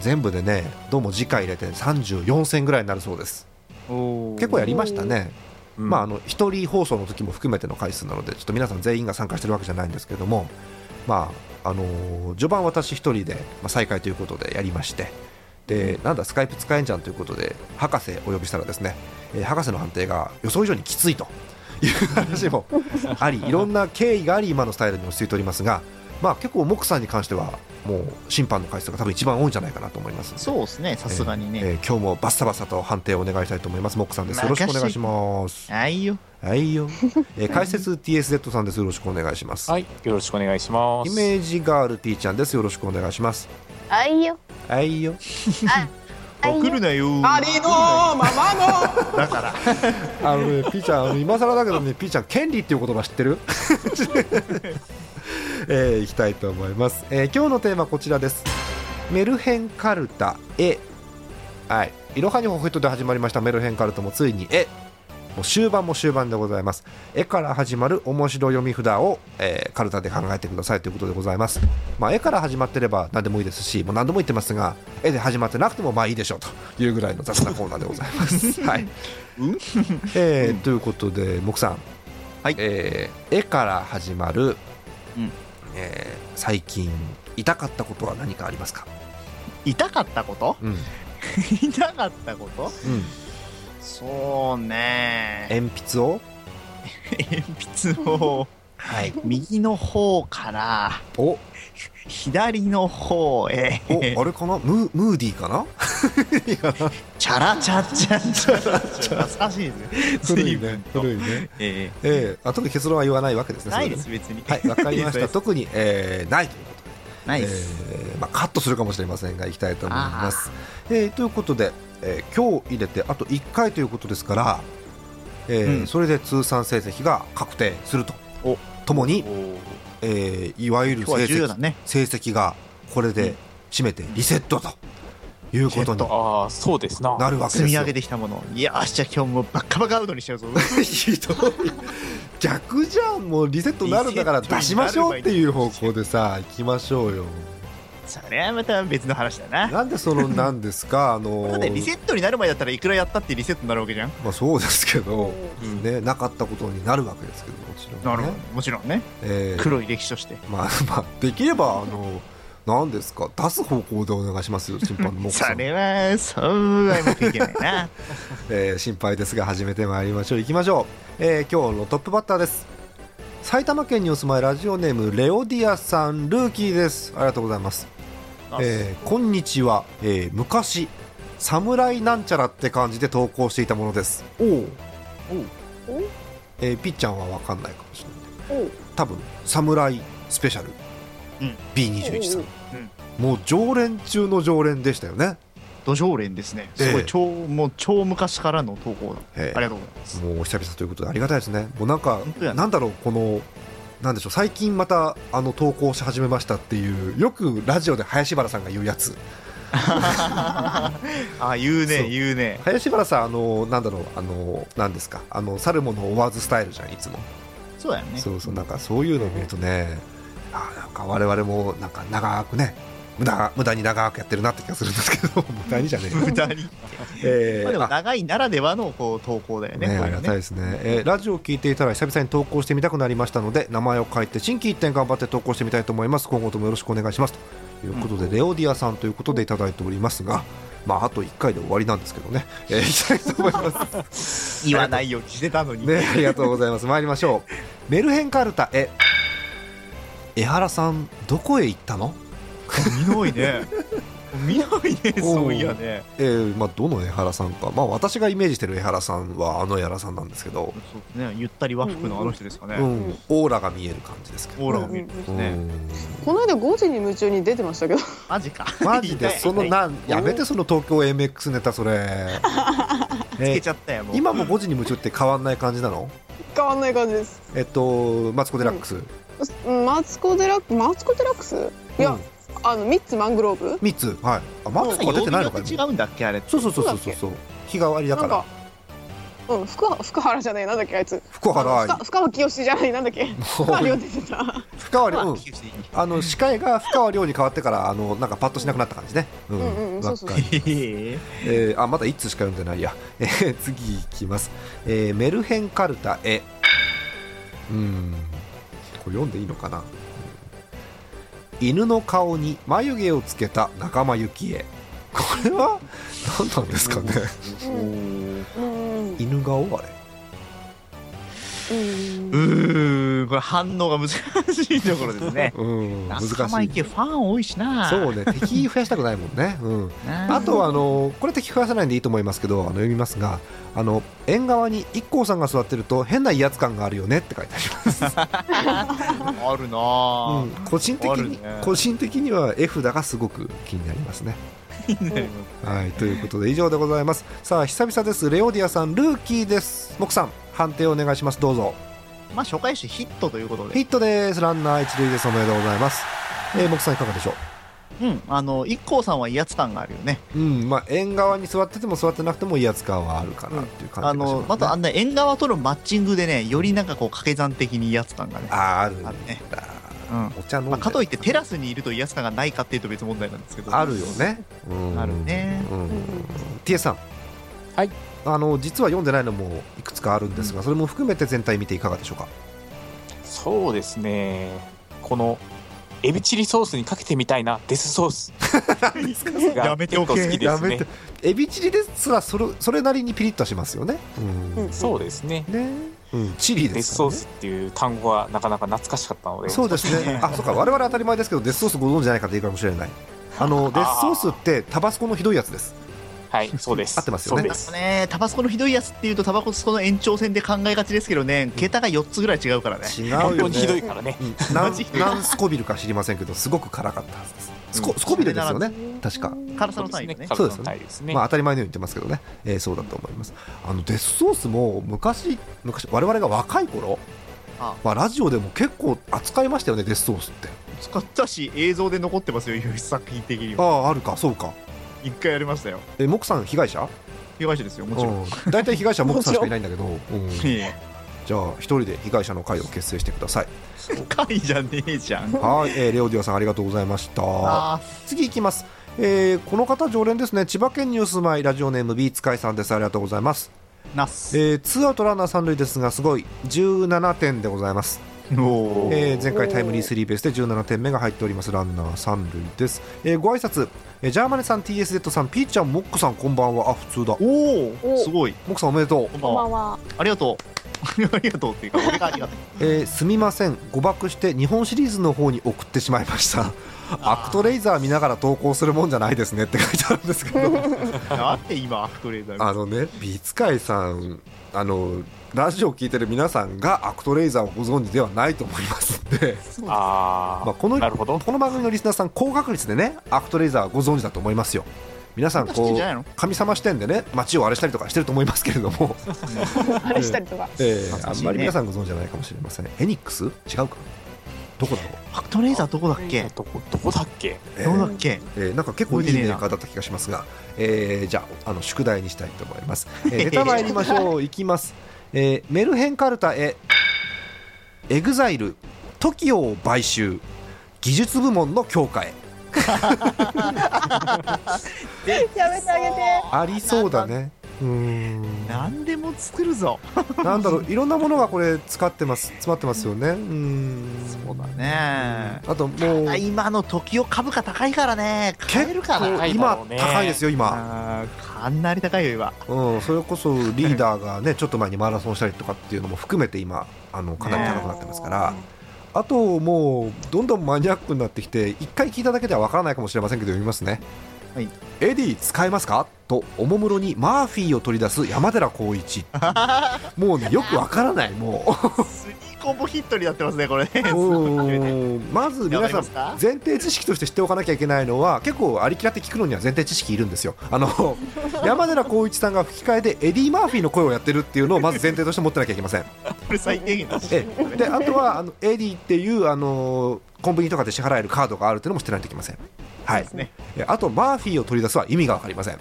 [SPEAKER 1] 全部でねどうも次回入れて34戦ぐらいになるそうです。結構やりましたね、まああの一人放送の時も含めての回数なのでちょっと皆さん全員が参加してるわけじゃないんですけどもまああのー序盤私一人で、まあ、再開ということでやりましてでなんだスカイプ使えんじゃんということで博士お呼びしたらですね、えー博士の判定が予想以上にきついという話もありいろんな経緯があり今のスタイルに落ち着いておりますが、まあ、結構木さんに関してはもう審判の回数が多分一番多いんじゃないかなと思います
[SPEAKER 11] そうですね、さすがにね。
[SPEAKER 1] えーえー今日もバッサバサと判定をお願いしたいと思います。モックさんです。よろしくお願いします。
[SPEAKER 11] はいよ。
[SPEAKER 1] はいよ。えー解説 TSZ さんです。よろしくお願いします。はい、
[SPEAKER 5] よろしくお願いしま
[SPEAKER 1] イ
[SPEAKER 5] す。
[SPEAKER 1] メージガール T ちゃんです。よろしくお願いします。
[SPEAKER 12] あいよ。
[SPEAKER 1] はいよ。
[SPEAKER 7] 来るなよ。
[SPEAKER 4] ありのままの。
[SPEAKER 1] だから。あのね、P ちゃん、あの今更だけどね、P ちゃん、権利っていう言葉知ってる えー、いきたいと思います。えー今日のテーマこちらです。メルヘンカルタへ。はい。いろはにほへとで始まりましたメルヘンカルタもついに絵。もう終盤も終盤でございます。絵から始まる面白読み札を、えーカルタで考えてくださいということでございます。まあ、絵から始まってれば何でもいいですし、もう何度も言ってますが、絵で始まってなくてもまあいいでしょうというぐらいの雑なコーナーでございます。はい。えーということで、木さん、はいえー絵から始まる、えー最近痛かったことは何かありますか、
[SPEAKER 11] 痛かったこと
[SPEAKER 1] うん
[SPEAKER 11] 痛かったことそうね。
[SPEAKER 1] 鉛筆を
[SPEAKER 11] 鉛筆を、
[SPEAKER 1] はい、
[SPEAKER 11] 右の方から、
[SPEAKER 1] お
[SPEAKER 11] 左の方へ。
[SPEAKER 1] おあれかなムームーディーかな
[SPEAKER 11] チャラチャチャチャラチャ。懐かしいですね。
[SPEAKER 1] 古いね古いね
[SPEAKER 11] え
[SPEAKER 1] えーあ特に結論は言わないわけですね
[SPEAKER 11] ないです
[SPEAKER 1] それでね
[SPEAKER 11] 別に
[SPEAKER 1] はいわかりまし
[SPEAKER 11] ないで
[SPEAKER 1] た
[SPEAKER 11] す
[SPEAKER 1] 特に、えーないということで、
[SPEAKER 11] ないです
[SPEAKER 1] えーまあ、カットするかもしれませんがいきたいと思います、えーということで、えー今日入れてあと1回ということですから、えー
[SPEAKER 11] うん
[SPEAKER 1] それで通算成績が確定するとともに、えーいわゆる成
[SPEAKER 11] 今日は重要
[SPEAKER 1] 績,、
[SPEAKER 11] だね
[SPEAKER 1] 成績がこれで締めてリセットということに
[SPEAKER 5] ああ、そうですな。
[SPEAKER 1] なるわけですよ
[SPEAKER 11] 積み上げてきたもの。いや、じゃあ今日もバッカバカアウトにしちゃうぞ。
[SPEAKER 1] ひどい 逆じゃんもうリセットになるんだから
[SPEAKER 11] リセットになる
[SPEAKER 1] 出しましょうっていう方向でさ行きましょうよ
[SPEAKER 11] それはまた別の話だな。
[SPEAKER 1] なんでその何ですかあの
[SPEAKER 11] だってリセットになる前だったらいくらやったってリセットになるわけじゃん。
[SPEAKER 1] まあそうですけど、ね、なかったことになるわけですけどもちろん、ね、
[SPEAKER 11] なるほど。もちろんね。
[SPEAKER 1] えー
[SPEAKER 11] 黒い歴史として。
[SPEAKER 1] まあ まあできればあの何ですか出す方向でお願いします よ審判の目
[SPEAKER 11] そ
[SPEAKER 1] さん
[SPEAKER 11] れは、そうはうまくいけないな。
[SPEAKER 1] えー心配ですが始めてまいりましょう行きましょう、えー今日のトップバッターです埼玉県にお住まいラジオネームレオディアさんルーキーですありがとうございます、 えーこんにちは、えー昔侍なんちゃらって感じで投稿していたものですおお、えーピッちゃんは分かんないかもしれない多分侍スペシャル、B21 さん、もう常連中の常連でしたよね
[SPEAKER 11] 土常連ですね。すごい、超、もう超昔からの投稿だ。あり
[SPEAKER 1] ええ
[SPEAKER 11] がとうございます。
[SPEAKER 1] もう久々ということでありがたいですね。もうなんか、
[SPEAKER 11] やね
[SPEAKER 1] なんだろう、この、なんでしょう、最近またあの投稿し始めましたっていう、よくラジオで林原さんが言うやつ、
[SPEAKER 11] あ、言う
[SPEAKER 1] そ
[SPEAKER 11] ね、
[SPEAKER 1] う
[SPEAKER 11] 言うね。
[SPEAKER 1] 林原さん、あの、なんだろう、あの、なんですか、あの、去るものを追わずスタイルじゃん、いつも。
[SPEAKER 11] そうだよね。
[SPEAKER 1] そうそう、なんかそういうのを見るとね、あなんか我々も、なんか長くね、無駄無駄に長くやってるなって気がするんですけど、 無駄にじゃねえよ
[SPEAKER 11] 無駄に。
[SPEAKER 1] えー
[SPEAKER 11] まあでも、長いならではのこう投稿だよね。
[SPEAKER 1] ね
[SPEAKER 11] こ
[SPEAKER 1] あ
[SPEAKER 11] れ
[SPEAKER 1] り
[SPEAKER 11] は
[SPEAKER 1] がたい
[SPEAKER 11] ね
[SPEAKER 1] ですね、えーラジオを聞いていたら久々に投稿してみたくなりましたので名前を書いて新規一点頑張って投稿してみたいと思います今後ともよろしくお願いしますということで、レオディアさんということでいただいておりますが、まあ、あと1回で終わりなんですけどね、えー、いきたいと思います
[SPEAKER 11] 言わないようにしてたのに
[SPEAKER 1] ねありがとうございます参りましょうメルヘンカルタへ江原さんどこへ行ったの
[SPEAKER 7] 見ない ね見ないねそういやね
[SPEAKER 1] えー、まあどの江原さんかまあ私がイメージしてる江原さんはあの江原さんなんですけど
[SPEAKER 7] そうねゆったり和服のあの人ですかね、
[SPEAKER 1] うんうんオーラが見える感じですけど、
[SPEAKER 7] オーラが見えるんですね、
[SPEAKER 4] この間5時に夢中に出てましたけど
[SPEAKER 11] マジか
[SPEAKER 1] マジでそのなんやめてその東京 MX ネタ それ
[SPEAKER 11] つけちゃったよもう
[SPEAKER 1] 今も5時に夢中って変わんない感じなの
[SPEAKER 4] 変わんない感じです
[SPEAKER 1] えっとマツコ・デラックス、
[SPEAKER 4] うん、マツコ・デラックスマツコ・デラックスいや、あのミッツマングローブ
[SPEAKER 1] ミッツはいあマツコは出てないのか
[SPEAKER 11] 違うんだっけあれ
[SPEAKER 1] そうそうそうそうそう日替わりだから
[SPEAKER 4] うん、福福原じゃないなんだっけあいつ
[SPEAKER 1] 福原愛
[SPEAKER 4] 深深川清じゃないなんだっけ深川亮出てた
[SPEAKER 1] 深川亮、うん、あの司会が深川亮に変わってからあのなんかパッとしなくなった感じねうん
[SPEAKER 4] うんうんそうそう
[SPEAKER 1] えー、あまだ一通しか読んでないや、えー、次いきます、えー、メルヘンカルタへうんこれ読んでいいのかな犬の顔に眉毛をつけた仲間由紀恵これは何なんですかね犬顔あれ
[SPEAKER 11] うんこれ反応が難しいところですね
[SPEAKER 1] うん難しい
[SPEAKER 11] 仲間由紀恵ファン多いしな
[SPEAKER 1] そうね敵増やしたくないもんね、うん、あとはあのこれ敵増やさないんでいいと思いますけどあの読みますがあの縁側に IKKO さんが座ってると変な威圧感があるよねって書いてあ
[SPEAKER 11] りますあるな、
[SPEAKER 1] うん、個人的に、ね、個人的には F だがすごく気になりますねはいということで以上でございますさあ久々ですレオディアさんルーキーです木さん判定お願いしますどうぞ
[SPEAKER 11] まあ初回種ヒットということで
[SPEAKER 1] ヒットですランナー一塁ですおめでとうございます、えー、木さんいかがでしょう
[SPEAKER 11] うん、あの IKKO さんは威圧感があるよね、
[SPEAKER 1] うんまあ、縁側に座ってても座ってなくても威圧感はあるかなっていう感じがします、ね、
[SPEAKER 11] あのまたあんな縁側とのマッチングでねよりなんかこう掛け算的に威圧感がね
[SPEAKER 1] ああるあるね
[SPEAKER 11] うん、お茶飲ん、まあ、かといってテラスにいると威圧感がないかっていうと別問題なんですけど
[SPEAKER 1] あるよね、
[SPEAKER 11] うん、あるね、うん、
[SPEAKER 1] TS さん
[SPEAKER 12] はい
[SPEAKER 1] あの実は読んでないのもいくつかあるんですが、うん、それも含めて全体見ていかがでしょうか
[SPEAKER 5] そうですねこのエビチリソースにかけてみたいなデスソース
[SPEAKER 11] やめておけ、
[SPEAKER 5] ね、やめて
[SPEAKER 1] エビチリですらそれそれなりにピリッとしますよね、
[SPEAKER 5] うん、そうですね
[SPEAKER 1] ね、うん、チリです、ね、
[SPEAKER 5] デスソースっていう単語はなかなか懐かしかったので
[SPEAKER 1] そうですねあそうか我々当たり前ですけどデスソースご存知じゃない方いいかもしれないあのデスソースってタバスコのひどいやつです
[SPEAKER 5] はい、そうです。
[SPEAKER 1] 合ってますよね。
[SPEAKER 11] ね、タバスコのひどいやつっていうと、タバコその延長線で考えがちですけどね、桁が四つぐらい違うからね。
[SPEAKER 1] 違うよ、ね、
[SPEAKER 5] 本当にひどいからね。
[SPEAKER 1] 何、何スコビルか知りませんけど、すごく辛かったはずです。スコ、スコビルですよね。確か。
[SPEAKER 11] 辛さの単位ね。
[SPEAKER 1] そうですね。まあ、当たり前のように言ってますけどね。えー、そうだと思います。あの、デスソースも、昔、昔、我々が若い頃。まあ、ラジオでも結構扱いましたよね、デスソースって。
[SPEAKER 11] 使ったし、映像で残ってますよ、いう作品的に
[SPEAKER 1] は。ああ、あるか、そうか。
[SPEAKER 11] 一回やりましたよ
[SPEAKER 1] えモクさん被害者
[SPEAKER 11] 被害者ですよもちろん
[SPEAKER 1] 大体、うん、被害者はモクさんしかいないんだけど、うん、じゃあ一人で被害者の会を結成してくだ さい
[SPEAKER 11] 会じゃねえじゃん
[SPEAKER 1] はい、えー、レオディオさんありがとうございました次いきます、えー、この方常連ですね千葉県にお住まいラジオネーム B 使いさんですありがとうございます
[SPEAKER 11] なす、
[SPEAKER 1] えー、ツーアウトランナー三塁ですがすごい17点でございますおえー、前回タイムリースリーベースで17点目が入っておりますランナー三塁です、えー、ご挨拶、えー、ジャーマネさん TSZ さんピーちゃんモックさんこんばんはあ普通だ
[SPEAKER 11] おおすごい
[SPEAKER 1] モックさんおめでとう
[SPEAKER 11] こんばんはありがとう ありがとうっていうか俺がありがとう、
[SPEAKER 1] えー、すみません誤爆して日本シリーズの方に送ってしまいましたアクトレイザー見ながら投稿するもんじゃないですねって書いてあるんですけど
[SPEAKER 11] なんで今アクトレイザー
[SPEAKER 1] あのね美使いさんあのラジオを聞いてる皆さんがアクトレイザーをご存知ではないと思いますので
[SPEAKER 5] あ、
[SPEAKER 1] まあ、このこの番組のリスナーさん高確率でねアクトレイザーはご存知だと思いますよ皆さんこう神様視点でね街を荒れしたりとかしてると思いますけれども
[SPEAKER 4] 荒れしたりとか、
[SPEAKER 1] えー、あんまり皆さんご存知じゃないかもしれません、ね、フェニックス違うかどこだろう
[SPEAKER 11] アクトレイザーどこだっけ
[SPEAKER 5] どこだっけ、
[SPEAKER 11] えー、どこだっけ、
[SPEAKER 1] えー、なんか結構いいメーカーだった気がしますが、えー、じゃああの宿題にしたいと思います、えー、ネタ参りましょういきますえー、メルヘンカルタへエグザイル TOKIO を買収技術部門の強化へ
[SPEAKER 4] やめてあげて
[SPEAKER 1] ありそうだね何でも作るぞなんだろういろんなものがこれ使ってます詰まってますよねうんそうだ
[SPEAKER 11] ね
[SPEAKER 1] あともう
[SPEAKER 11] 今の時を株価高いからね買えるかな
[SPEAKER 1] 今高いですよ今
[SPEAKER 11] かなり高いよ今
[SPEAKER 1] うんそれこそリーダーがねちょっと前にマラソンしたりとかっていうのも含めて今あのかなり高くなってますから、あともうどんどんマニアックになってきて一回聞いただけではわからないかもしれませんけど読みますね、
[SPEAKER 11] はい、
[SPEAKER 1] エディ使えますかとおもむろにマーフィーを取り出す山寺宏一もうねよくわからないもう
[SPEAKER 11] スリーコンボヒットになってますねこれね
[SPEAKER 1] まず皆さん前提知識として知っておかなきゃいけないのは結構ありきらって聞くのには前提知識いるんですよあ の山寺宏一さんが吹き替えでエディ・マーフィーの声をやってるっていうのをまず前提として持ってなきゃいけませんこ
[SPEAKER 11] れ最低限だ
[SPEAKER 1] しであとはあのエディっていうあのコンビニとかで支払えるカードがあるっていうのもしてないといけませんはい、ね、あとマーフィーを取り出すは意味が分かりません。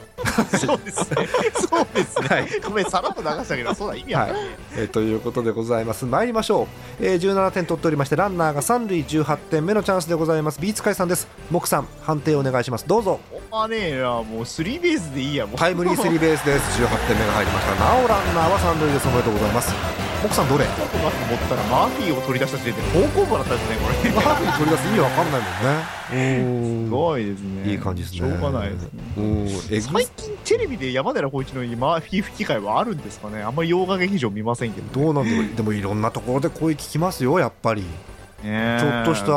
[SPEAKER 11] そうです ね。そうですね。はい、ごめん、さらっと流したけど、そうだ、意味わかんない、はい、
[SPEAKER 1] えー、ということでございます。参りましょう。えー、17点取っておりまして、ランナーが3塁18点目のチャンスでございます。ビーツ会さんです。木さん、判定お願いします。どうぞ。
[SPEAKER 11] おまねえな、もうスリーベースでいいや、もう。
[SPEAKER 1] タイムリースリーベースです。18点目が入りました。なおランナーは3塁です。おめでとうございます。木さん、 どれち
[SPEAKER 11] ょっと待って思ったら、マーフィーを取り出した時点で、方向棒だったんですね、これ。
[SPEAKER 1] マーフィー取り出す意味わかんない
[SPEAKER 11] もんね。すごいですね。
[SPEAKER 1] いい感じですね。
[SPEAKER 11] しょうがないですね。え最近テレビで山寺宏一の今フィー吹き替えはあるんですかねあんまり洋画劇場見ませんけど、
[SPEAKER 1] ね、どうなんだろうでもいろんなところで声聞きますよやっぱり、ね、ちょっとした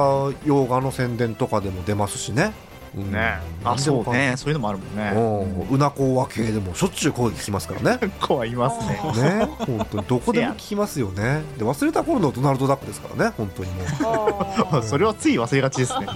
[SPEAKER 1] 洋画の宣伝とかでも出ますしね
[SPEAKER 11] ね、あそうねそういうのもあるもんね
[SPEAKER 1] うなこわ系でもしょっちゅう声聞きますからね
[SPEAKER 11] 子はいますね
[SPEAKER 1] ね本当にどこでも聞きますよねで忘れた頃のドナルド・ダックですからね本当に
[SPEAKER 11] もうそれはつい忘れがちですね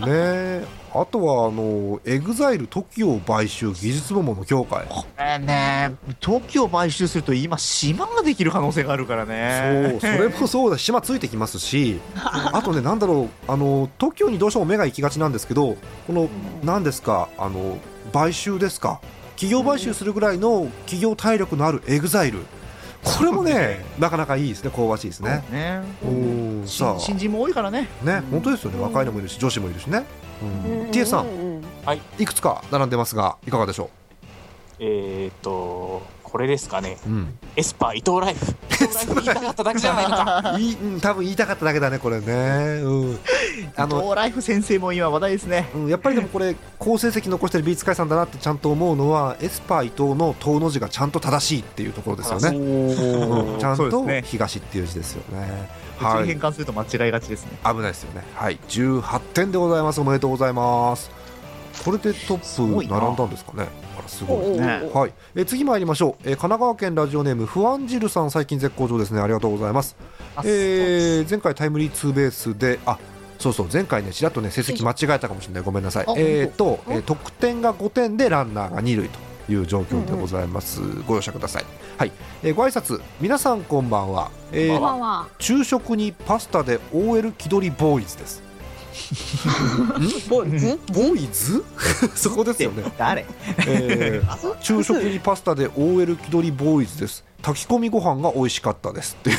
[SPEAKER 1] ねあとはあのエグザイル TOKIO 買収技術部門の協会
[SPEAKER 11] これね TOKIO 買収すると今島ができる可能性があるからね
[SPEAKER 1] そうそれもそうだ島ついてきますしあとねなんだろうあの TOKIO にどうしても目が行きがちなんですけどこの何ですかあの買収ですか企業買収するぐらいの企業体力のあるエグザイルこれもねなかなかいいですね香ばしいですね
[SPEAKER 11] ね
[SPEAKER 1] おさ
[SPEAKER 11] あ新人も多いからね
[SPEAKER 1] ね本当ですよね若いのもいるし女子もいるしね、うん、T さん、
[SPEAKER 5] はい、
[SPEAKER 1] いくつか並んでますがいかがでしょう
[SPEAKER 5] えっとこれですかね、
[SPEAKER 1] うん、
[SPEAKER 5] エスパー伊藤ライフ言いたかっただけじ ゃないかい
[SPEAKER 1] 多分言いたかっただけだねこれね、うん、
[SPEAKER 11] あの伊藤ライフ先生も今話題ですね、
[SPEAKER 1] うん、やっぱりでもこれ好成績残してる美術会さんだなってちゃんと思うのはエスパー伊藤の「東」の字がちゃんと正しいっていうところですよね、うん、ちゃんと「東」っていう字ですよね
[SPEAKER 11] はい、変換すると間違いがちですね
[SPEAKER 1] 危ないですよねはい18点でございますおめでとうございますこれでトップ並んだんですかねすごいですね。はい、え次参りましょう、え神奈川県ラジオネーム不安汁さん最近絶好調ですね。ありがとうございます。えー、前回タイムリーツーベースで、あ、そうそう前回ねちらっとね成績間違えたかもしれない。ごめんなさい。えっ、と、え得点が5点でランナーが2塁という状況でございます。ご容赦ください。はい、えご挨拶皆さんこんばんは。え昼食にパスタで OL 気取りボーイズです。
[SPEAKER 11] ボーイズ
[SPEAKER 1] ボーイズ そこですよね
[SPEAKER 11] 誰、
[SPEAKER 1] えー、昼食にパスタで OL 気取りボーイズです炊き込みご飯が美味しかったですっていう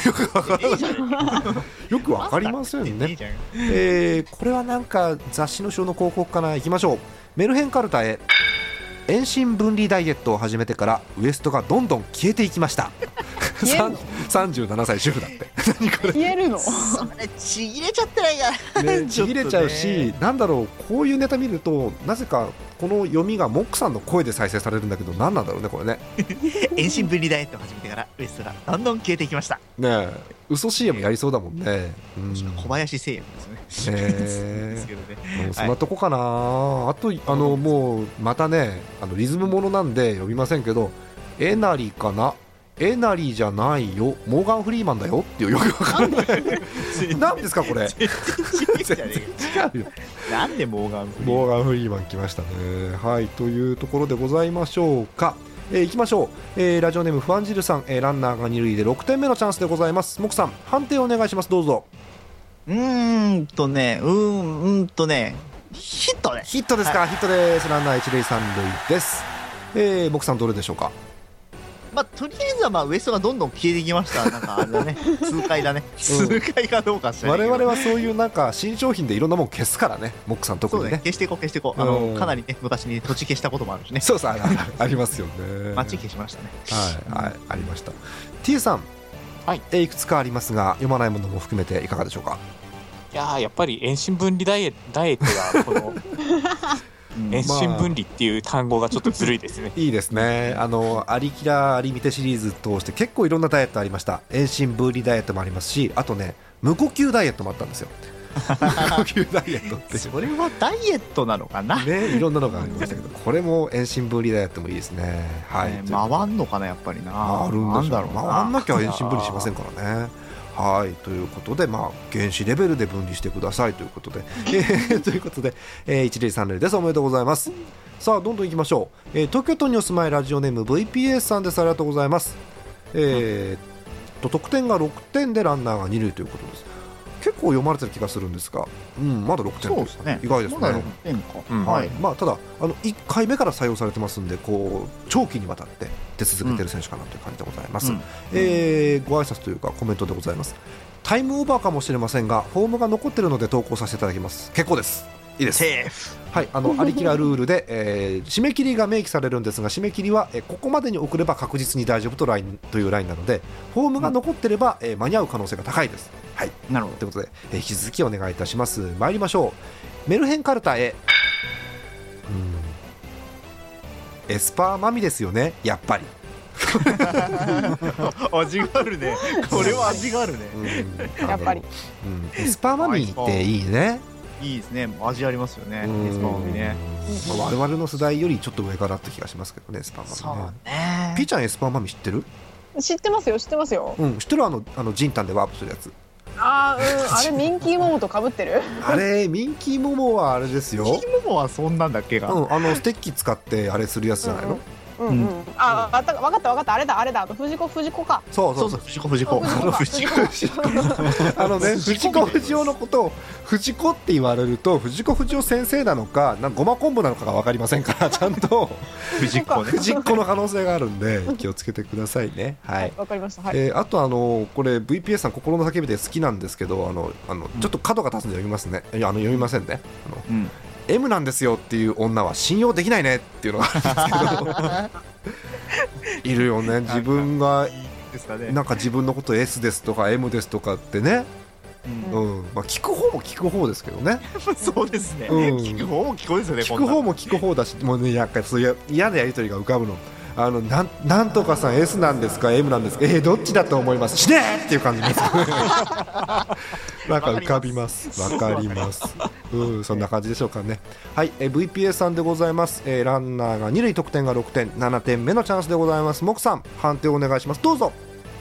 [SPEAKER 1] よくわかりません ね、えー、これはなんか雑誌の書の広告かないきましょうメルヘンカルタへ遠心分離ダイエットを始めてからウエストがどんどん消えていきました37歳主婦だって
[SPEAKER 4] 何これ消えるの
[SPEAKER 11] ちぎれちゃってない
[SPEAKER 1] か、ね、ちぎれちゃうし、ね、なんだろうこういうネタ見るとなぜかこの読みがモックさんの声で再生されるんだけど何なんだろうねこれね
[SPEAKER 11] 遠心分離ダイエットを始めてからウエストがどんどん消えていきました
[SPEAKER 1] ねえ嘘 CM やりそうだもんね、うん、
[SPEAKER 11] 小林製薬ですね
[SPEAKER 1] え えそんなとこかな、はい、あとあのもうまたねあのリズムものなんで読みませんけどえなりかなえなりじゃないよモーガン・フリーマンだよっていうよくわから ない何ですかこれ違うよ
[SPEAKER 11] なんでモーガン・
[SPEAKER 1] モーガンフリーマン来ましたねはいというところでございましょうかえー、いきましょう、えー、ラジオネームファンジルさん、えー、ランナーが二塁で6点目のチャンスでございますモクさん判定お願いしますどうぞ
[SPEAKER 11] うんとねうんうんとねヒットね
[SPEAKER 1] ヒットですか、はい、ヒットですランナー一塁三塁ですえー、モクさんどれでしょうか
[SPEAKER 11] まあとりあえずはまあウエストがどんどん消えていきましたなんかあ れだね痛快だね
[SPEAKER 1] うん
[SPEAKER 11] 痛快かどうかし
[SPEAKER 1] 我々はそういうなんか新商品でいろんなもん消すからねモックさん特
[SPEAKER 11] そう
[SPEAKER 1] にね
[SPEAKER 11] だね消していこう消していこうあの
[SPEAKER 1] うん
[SPEAKER 11] かなりね昔に土地消したこともあるしね
[SPEAKER 1] そうそう あありますよね
[SPEAKER 11] 街消しましたね
[SPEAKER 1] はい、はい、ありました T さん、
[SPEAKER 5] はい、
[SPEAKER 1] えいくつかありますが読まないものも含めていかがでしょうか
[SPEAKER 5] いやーやっぱり遠心分離ダイエダイエットがこの遠心分離っていう単語がちょっとずるいですね、
[SPEAKER 1] いいですねあのアリキラアリミテシリーズ通して結構いろんなダイエットありました遠心分離ダイエットもありますしあとね無呼吸ダイエットもあったんです よ無呼吸ダイエットって
[SPEAKER 11] それはダイエットなのかな
[SPEAKER 1] ねいろんなのがありましたけどこれも遠心分離ダイエットもいいですねはい、
[SPEAKER 11] ね回んのかなやっぱりな
[SPEAKER 1] 回るんで
[SPEAKER 11] な
[SPEAKER 1] しょ
[SPEAKER 11] んだろうな
[SPEAKER 1] 回んなきゃ遠心分離しませんからねはいということで、まあ、原子レベルで分離してくださいという ことで、えーということで、えー、一例三例ですおめでとうございますさあどんどんいきましょう、えー東京都にお住まいラジオネーム VPS さんですありがとうございますえーっと得点が6点でランナーが2塁ということです結構読まれてる気がするんですが、うん、まだ6点
[SPEAKER 11] そうですね
[SPEAKER 1] 意外ですね
[SPEAKER 11] まだ6点かうん
[SPEAKER 1] は
[SPEAKER 11] はいい
[SPEAKER 1] まあ、ただあの1回目から採用されてますんでこう長期にわたって出続けてる選手かなという感じでございます、
[SPEAKER 11] うん
[SPEAKER 1] えーご挨拶というかコメントでございますタイムオーバーかもしれませんがフォームが残ってるので投稿させていただきます結構ですいいですはいあのありきらルールで、えー締め切りが明記されるんですが締め切りは、えーここまでに送れば確実に大丈夫とラインというラインなのでフォームが残ってれば、えー間に合う可能性が高いですはい
[SPEAKER 11] なるほど
[SPEAKER 1] ということで、えー引き続きお願いいたします参りましょうメルヘンカルタへエスパーマミですよねやっぱり
[SPEAKER 11] 味があるねこれは味があるね
[SPEAKER 1] やっぱりエスパーマミーっていいね
[SPEAKER 11] いいですね味ありますよね
[SPEAKER 1] うん
[SPEAKER 11] エスパーマミね
[SPEAKER 1] まあ我々の世代よりちょっと上からって気がしますけどねエスパーマミねピーちゃんエスパーマミ知ってる
[SPEAKER 4] 知ってますよ知ってますよ
[SPEAKER 1] うん知ってるあのあのジンタンでワープするやつ
[SPEAKER 4] あーうんあれミンキーモモと被ってる
[SPEAKER 1] あれミンキーモモはあれですよミンキ
[SPEAKER 11] ーモモはそんなんだっけが
[SPEAKER 1] うんあのステッキ使ってあれするやつじゃないの
[SPEAKER 4] うんうん、ああわかったわかったわかったあれだあれだあと藤子藤子か
[SPEAKER 1] そうそうそう
[SPEAKER 11] 藤子藤
[SPEAKER 1] 子あの藤子藤子あの ね藤子不二雄のことを藤子って言われると藤子不二雄先生なのかなんかごま昆布なのかが分かりませんから ちゃんと
[SPEAKER 11] 藤
[SPEAKER 1] 子藤子の可能性があるん で気をつけてくださいねはい
[SPEAKER 4] わかりましたはい、
[SPEAKER 1] えーあとあのこれ VPS さん心の叫びで好きなんですけどあのあのちょっと角が立つんで読みますねいやあの読みませんねあの、M なんですよっていう女は信用できないねっていうのがあるんです けどいるよね自分が
[SPEAKER 11] ですかね
[SPEAKER 1] なんか自分のこと S ですとか M ですとかってね、うんまあ、聞く方も聞く方ですけどね
[SPEAKER 11] そうですね
[SPEAKER 1] うん
[SPEAKER 11] 聞く方も聞こえですよね
[SPEAKER 1] 聞
[SPEAKER 11] こ
[SPEAKER 1] く
[SPEAKER 11] んな
[SPEAKER 1] 方
[SPEAKER 11] の
[SPEAKER 1] も聞く方だしもうねやっぱりそういう嫌なやり取りが浮かぶの。あのなんなんとかさん S なんですか M なんですかえー、どっちだと思いますしねーっていう感じです なんか浮かびますわかりますうんそんな感じでしょうかねはい、えー、VPS さんでございます、えーランナーが二塁得点が六点七点目のチャンスでございますモクさん判定お願いしますどうぞ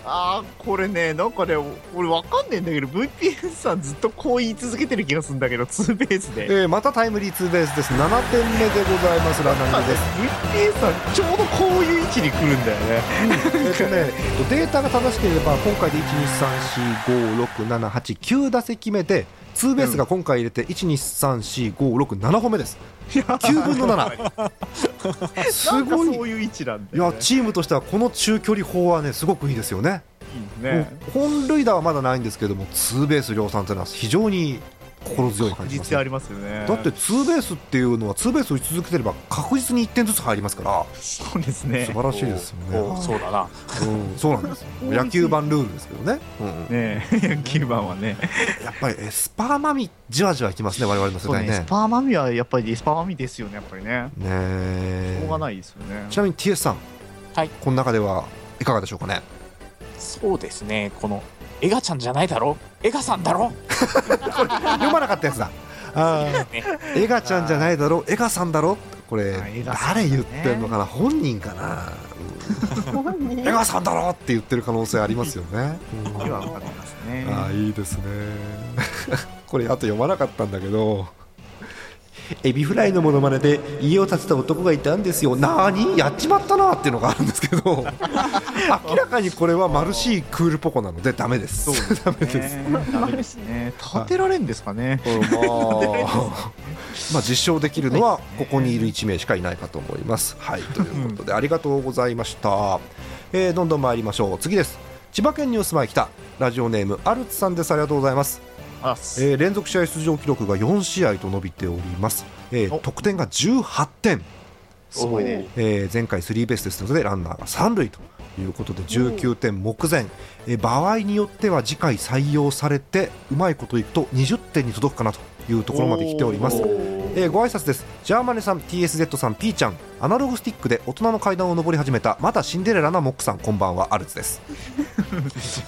[SPEAKER 11] あーこれねなんかね俺わかんねえんだけど VPS さんずっとこう言い続けてる気がするんだけどツーベースで
[SPEAKER 1] えーまたタイムリーツーベースです7点目でございますランナー二塁です
[SPEAKER 11] VPS さんちょうどこういう位置に来るんだよね
[SPEAKER 1] えっとね、えっとデータが正しければ今回で123456789打席目でツーベースが今回入れて1234567本目です9分の7すごい
[SPEAKER 11] なんかそういう位置なん
[SPEAKER 1] い
[SPEAKER 11] だよ
[SPEAKER 1] や
[SPEAKER 11] ね
[SPEAKER 1] チームとしてはこの中距離砲はねすごくいいですよね
[SPEAKER 11] ね
[SPEAKER 1] 本塁打はまだないんですけどもツーベース量産というのは非常に心強い感
[SPEAKER 11] 確
[SPEAKER 1] じ
[SPEAKER 11] 実
[SPEAKER 1] ます
[SPEAKER 11] 性ありますよね
[SPEAKER 1] だってツーベースっていうのはツーベースを打ち続けてれば確実に1点ずつ入りますから
[SPEAKER 11] そうですね
[SPEAKER 1] 素晴らしいですよね
[SPEAKER 11] おおそうだ
[SPEAKER 5] な、
[SPEAKER 1] うん、そうなんですよ野球版ルールですけどね、うん
[SPEAKER 11] ね野球版はね
[SPEAKER 1] やっぱりエスパーマミじわじわいきますね我々の世
[SPEAKER 11] そう
[SPEAKER 1] 代
[SPEAKER 11] ねエス
[SPEAKER 1] ね
[SPEAKER 11] パーマミはやっぱりエスパーマミですよねやっぱりね
[SPEAKER 1] ね
[SPEAKER 11] し
[SPEAKER 1] え
[SPEAKER 11] ょうがないですよね
[SPEAKER 1] ちなみに TS さん、
[SPEAKER 5] はい、
[SPEAKER 1] この中ではいかがでしょうかね
[SPEAKER 5] そうですねこのエガちゃんじゃないだろエガさんだろ
[SPEAKER 1] 読まなかったやつだあ ーエガちゃんじゃないだろエガさんだろこれ誰言ってんのかな本人かな うんエガさんだろって言ってる可能性ありますよね、うん
[SPEAKER 11] 今わかりますね
[SPEAKER 1] あーいいですねこれあと読まなかったんだけどエビフライのものまねで家を建てた男がいたんですよなーにやっちまったなーっていうのがあるんですけど明らかにこれはマルシークールポコなのでダメです
[SPEAKER 11] そうです ね
[SPEAKER 1] ダメです
[SPEAKER 11] ダメですね立てられんですかね
[SPEAKER 1] まあ まあ実証できるのはここにいる1名しかいないかと思います。はい、ということでありがとうございました。えーどんどん参りましょう。次です。千葉県にお住まい北ラジオネームアルツさんです。ありがとうございます。えー連続試合出場記録が4試合と伸びております。えー得点が18点。
[SPEAKER 11] すごいね
[SPEAKER 1] えー前回スリーベースですのでランナーが三塁ということで19点目前、えー場合によっては次回採用されてうまいこといくと20点に届くかなというところまで来ております
[SPEAKER 12] お、
[SPEAKER 1] えーご挨拶ですジャーマネさん TSZ さん P ちゃんアナログスティックで大人の階段を上り始めたまたシンデレラなモックさんこんばんはアルツです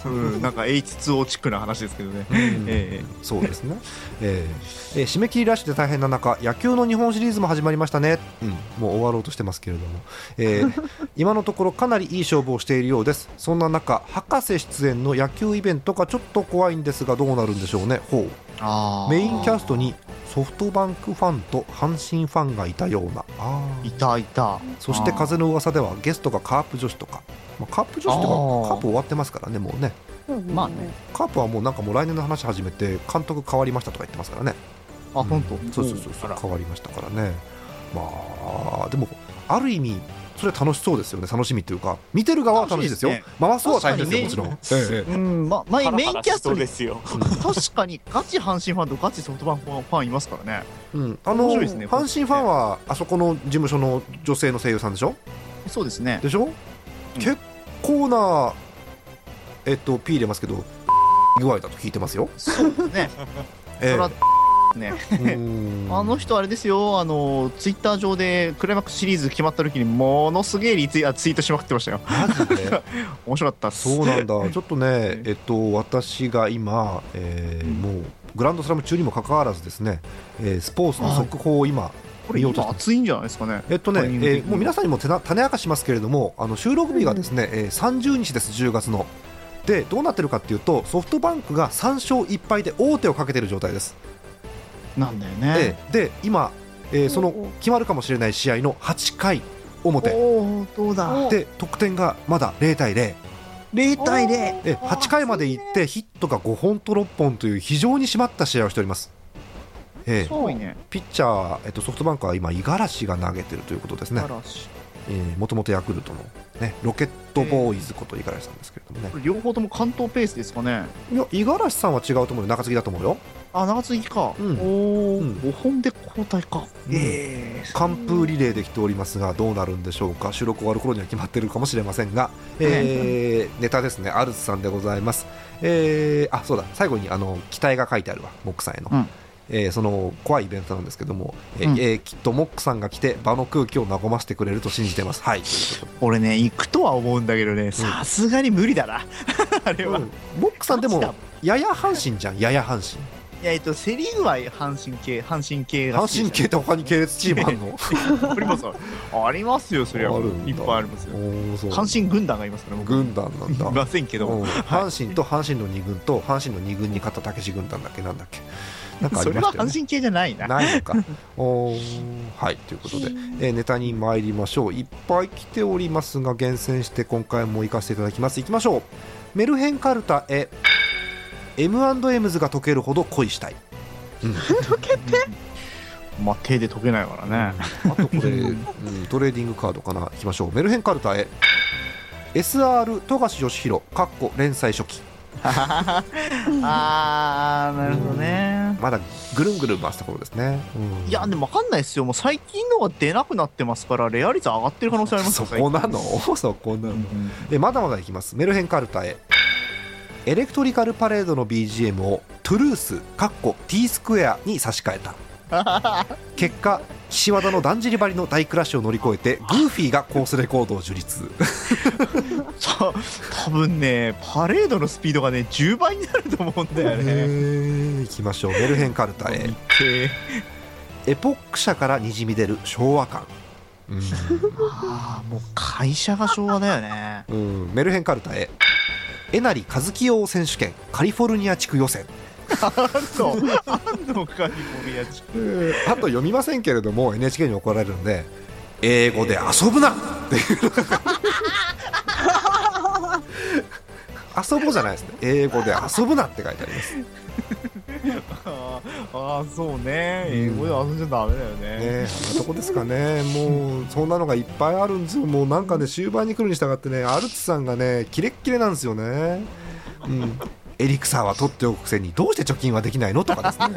[SPEAKER 11] うんなんか H2O チックな話ですけどね、え
[SPEAKER 1] そうですね、 えーえー締め切りラッシュで大変な中野球の日本シリーズも始まりましたね、うん、もう終わろうとしてますけれども、え ー今のところかなりいい勝負をしているようですそんな中博士出演の野球イベントがちょっと怖いんですがどうなるんでしょうねほうメインキャストにソフトバンクファンと阪神ファンがいたような
[SPEAKER 11] ーいたいた
[SPEAKER 1] そして風の噂ではゲストがカープ女子とか、まあ、カープ女子とかカープ終わってますからねもうね
[SPEAKER 11] まあね
[SPEAKER 1] カープはもうなんかもう来年の話始めて監督変わりましたとか言ってますからね
[SPEAKER 11] あ本当
[SPEAKER 1] そうそうそうそう変わりましたからねまあでもある意味それは楽しそうですよね楽しみというか見てる側は楽しいですよ
[SPEAKER 11] 楽しいですね
[SPEAKER 1] 回す方は大変ですよもちろん、えええ
[SPEAKER 11] う
[SPEAKER 1] え
[SPEAKER 11] んま、まあ
[SPEAKER 1] ハラハラ
[SPEAKER 11] メインキャスト
[SPEAKER 1] しそう
[SPEAKER 11] に
[SPEAKER 1] ですよ
[SPEAKER 11] 確かにガチ阪神ファンとガチソフトバンクファンいますからね
[SPEAKER 1] うん、あの
[SPEAKER 11] 面白いですね
[SPEAKER 1] 阪神ファンはあそこの事務所の女性の声優さんでしょ
[SPEAKER 11] そうですね
[SPEAKER 1] でしょ、結構なえっと P 入れますけど 具合だと聞いてますよ
[SPEAKER 11] そうですね
[SPEAKER 1] ええ
[SPEAKER 11] そらねあの人あれですよあのツイッター上でクライマックスシリーズ決まった時にものすげえリツイあツイートしまくってましたよ面白かったっす
[SPEAKER 1] そうなんだ、ちょっとね、えっと、私が今、えーもうグランドスラム中にもかかわらずですね、えースポーツの速報を今、
[SPEAKER 11] これ
[SPEAKER 1] 見ようと
[SPEAKER 11] 今熱いんじゃないですかね
[SPEAKER 1] えっとね、え
[SPEAKER 11] タイミング的に
[SPEAKER 1] ーもう皆さんにも手な種明かしますけれども、あの収録日がですね、えー30日です、10月の。で、どうなってるかっていうと、ソフトバンクが3勝1敗で王手をかけてる状態です。
[SPEAKER 11] なんだよね、
[SPEAKER 1] ええで、今、えーその決まるかもしれない試合の8回表、
[SPEAKER 11] おおどうだ
[SPEAKER 1] で、得点がまだ0対0。
[SPEAKER 11] 0対0
[SPEAKER 1] え8回まで行ってヒットが5本と6本という非常に締まった試合をしております。ええ
[SPEAKER 11] すごいね
[SPEAKER 1] ピッチャー、えっと、ソフトバンクは今、五十嵐が投げてるということですね、
[SPEAKER 11] 嵐
[SPEAKER 1] もともとヤクルトの、ね、ロケットボーイズこと五十嵐さんですけれどもね、
[SPEAKER 11] これ両方とも関東ペースですかね
[SPEAKER 1] いや五十嵐さんは違うと思うよ、中継ぎだと思うよ、
[SPEAKER 11] あ長継ぎか、おお、5本で交代かえ
[SPEAKER 1] 完封リレーできておりますが、どうなるんでしょうか、収録終わる頃には決まってるかもしれませんが、えーネタですね、アルツさんでございます、えーあそうだ、最後にあの期待が書いてあるわ、モックさんへの。えーその怖いイベントなんですけども、えー
[SPEAKER 11] うん
[SPEAKER 1] えーきっとモックさんが来て場の空気を和ませてくれると信じてます。はい、ということで
[SPEAKER 11] 俺ね行くとは思うんだけどねさすがに無理だな あれは、
[SPEAKER 1] モックさんでもやや阪神じゃん、やや阪神。
[SPEAKER 11] いやえっとセ・リーグは阪神系阪神系が好き
[SPEAKER 1] 阪神系って他に系列チームあるの
[SPEAKER 11] ありますよありますよそりゃいっぱいありますよ阪神軍団がいますから僕
[SPEAKER 1] 軍団 なんだ。い
[SPEAKER 11] ませんけど、
[SPEAKER 1] うん阪神と阪神の2軍と阪神の2軍に勝った武志軍団だっけなんだっけ。なんかあ
[SPEAKER 11] そ
[SPEAKER 1] り
[SPEAKER 11] れ
[SPEAKER 1] ま
[SPEAKER 11] は
[SPEAKER 1] したよ
[SPEAKER 11] 阪
[SPEAKER 1] ね。
[SPEAKER 11] 神系じゃないな
[SPEAKER 1] ないのか。おーはいということで、えーネタに参りましょういっぱい来ておりますが厳選して今回も行かせていただきますいきましょうメルヘンカルタへ M&M's が溶けるほど恋したい
[SPEAKER 11] まあ手で解けないからね、
[SPEAKER 1] あとこれ、うんトレーディングカードかな、いきましょう、メルヘンカルタへ、SR 富樫義弘、かっこ連載初期、
[SPEAKER 11] あーなるほどね、
[SPEAKER 1] まだぐるんぐるん回すところですね、
[SPEAKER 11] いやでも分かんないですよもう最近のが出なくなってますからレア率上がってる可能性あります
[SPEAKER 1] そ
[SPEAKER 11] よ
[SPEAKER 1] こなの、 そこなの、えまだまだいきます、メルヘンカルタへ、エレクトリカルパレードの BGM をトゥルース、かっこ T スクエアに差し替 えた、結果、岸和田のだんじり張りの大クラッシュを乗り越えて、グーフィーがコースレコードを樹立。
[SPEAKER 11] さ多分ねパレードのスピードがね10倍になると思うんだよね
[SPEAKER 1] ね。いきましょう。メルヘンカルタへ。エポック社からにじみ出る昭和 感。
[SPEAKER 11] あーもう会社が昭和だよね
[SPEAKER 1] うん。メルヘンカルタへ。えなりかずき用選手権カリフォルニア地区予選。
[SPEAKER 11] んのかにこやち
[SPEAKER 1] えーあと読みませんけれども NHK に怒られるんで英語で遊ぶなっていう遊ぼうじゃないですね英語で遊ぶなって書いてあります
[SPEAKER 11] ああそうね英語で遊んじゃダメだよね,、
[SPEAKER 1] ねあそこですかねもうそんなのがいっぱいあるんですよもうなんかね終盤に来るに従ってねアルツさんがねキレッキレなんですよね、うん、エリクサーは取っておくくせにどうして貯金はできないのとかですね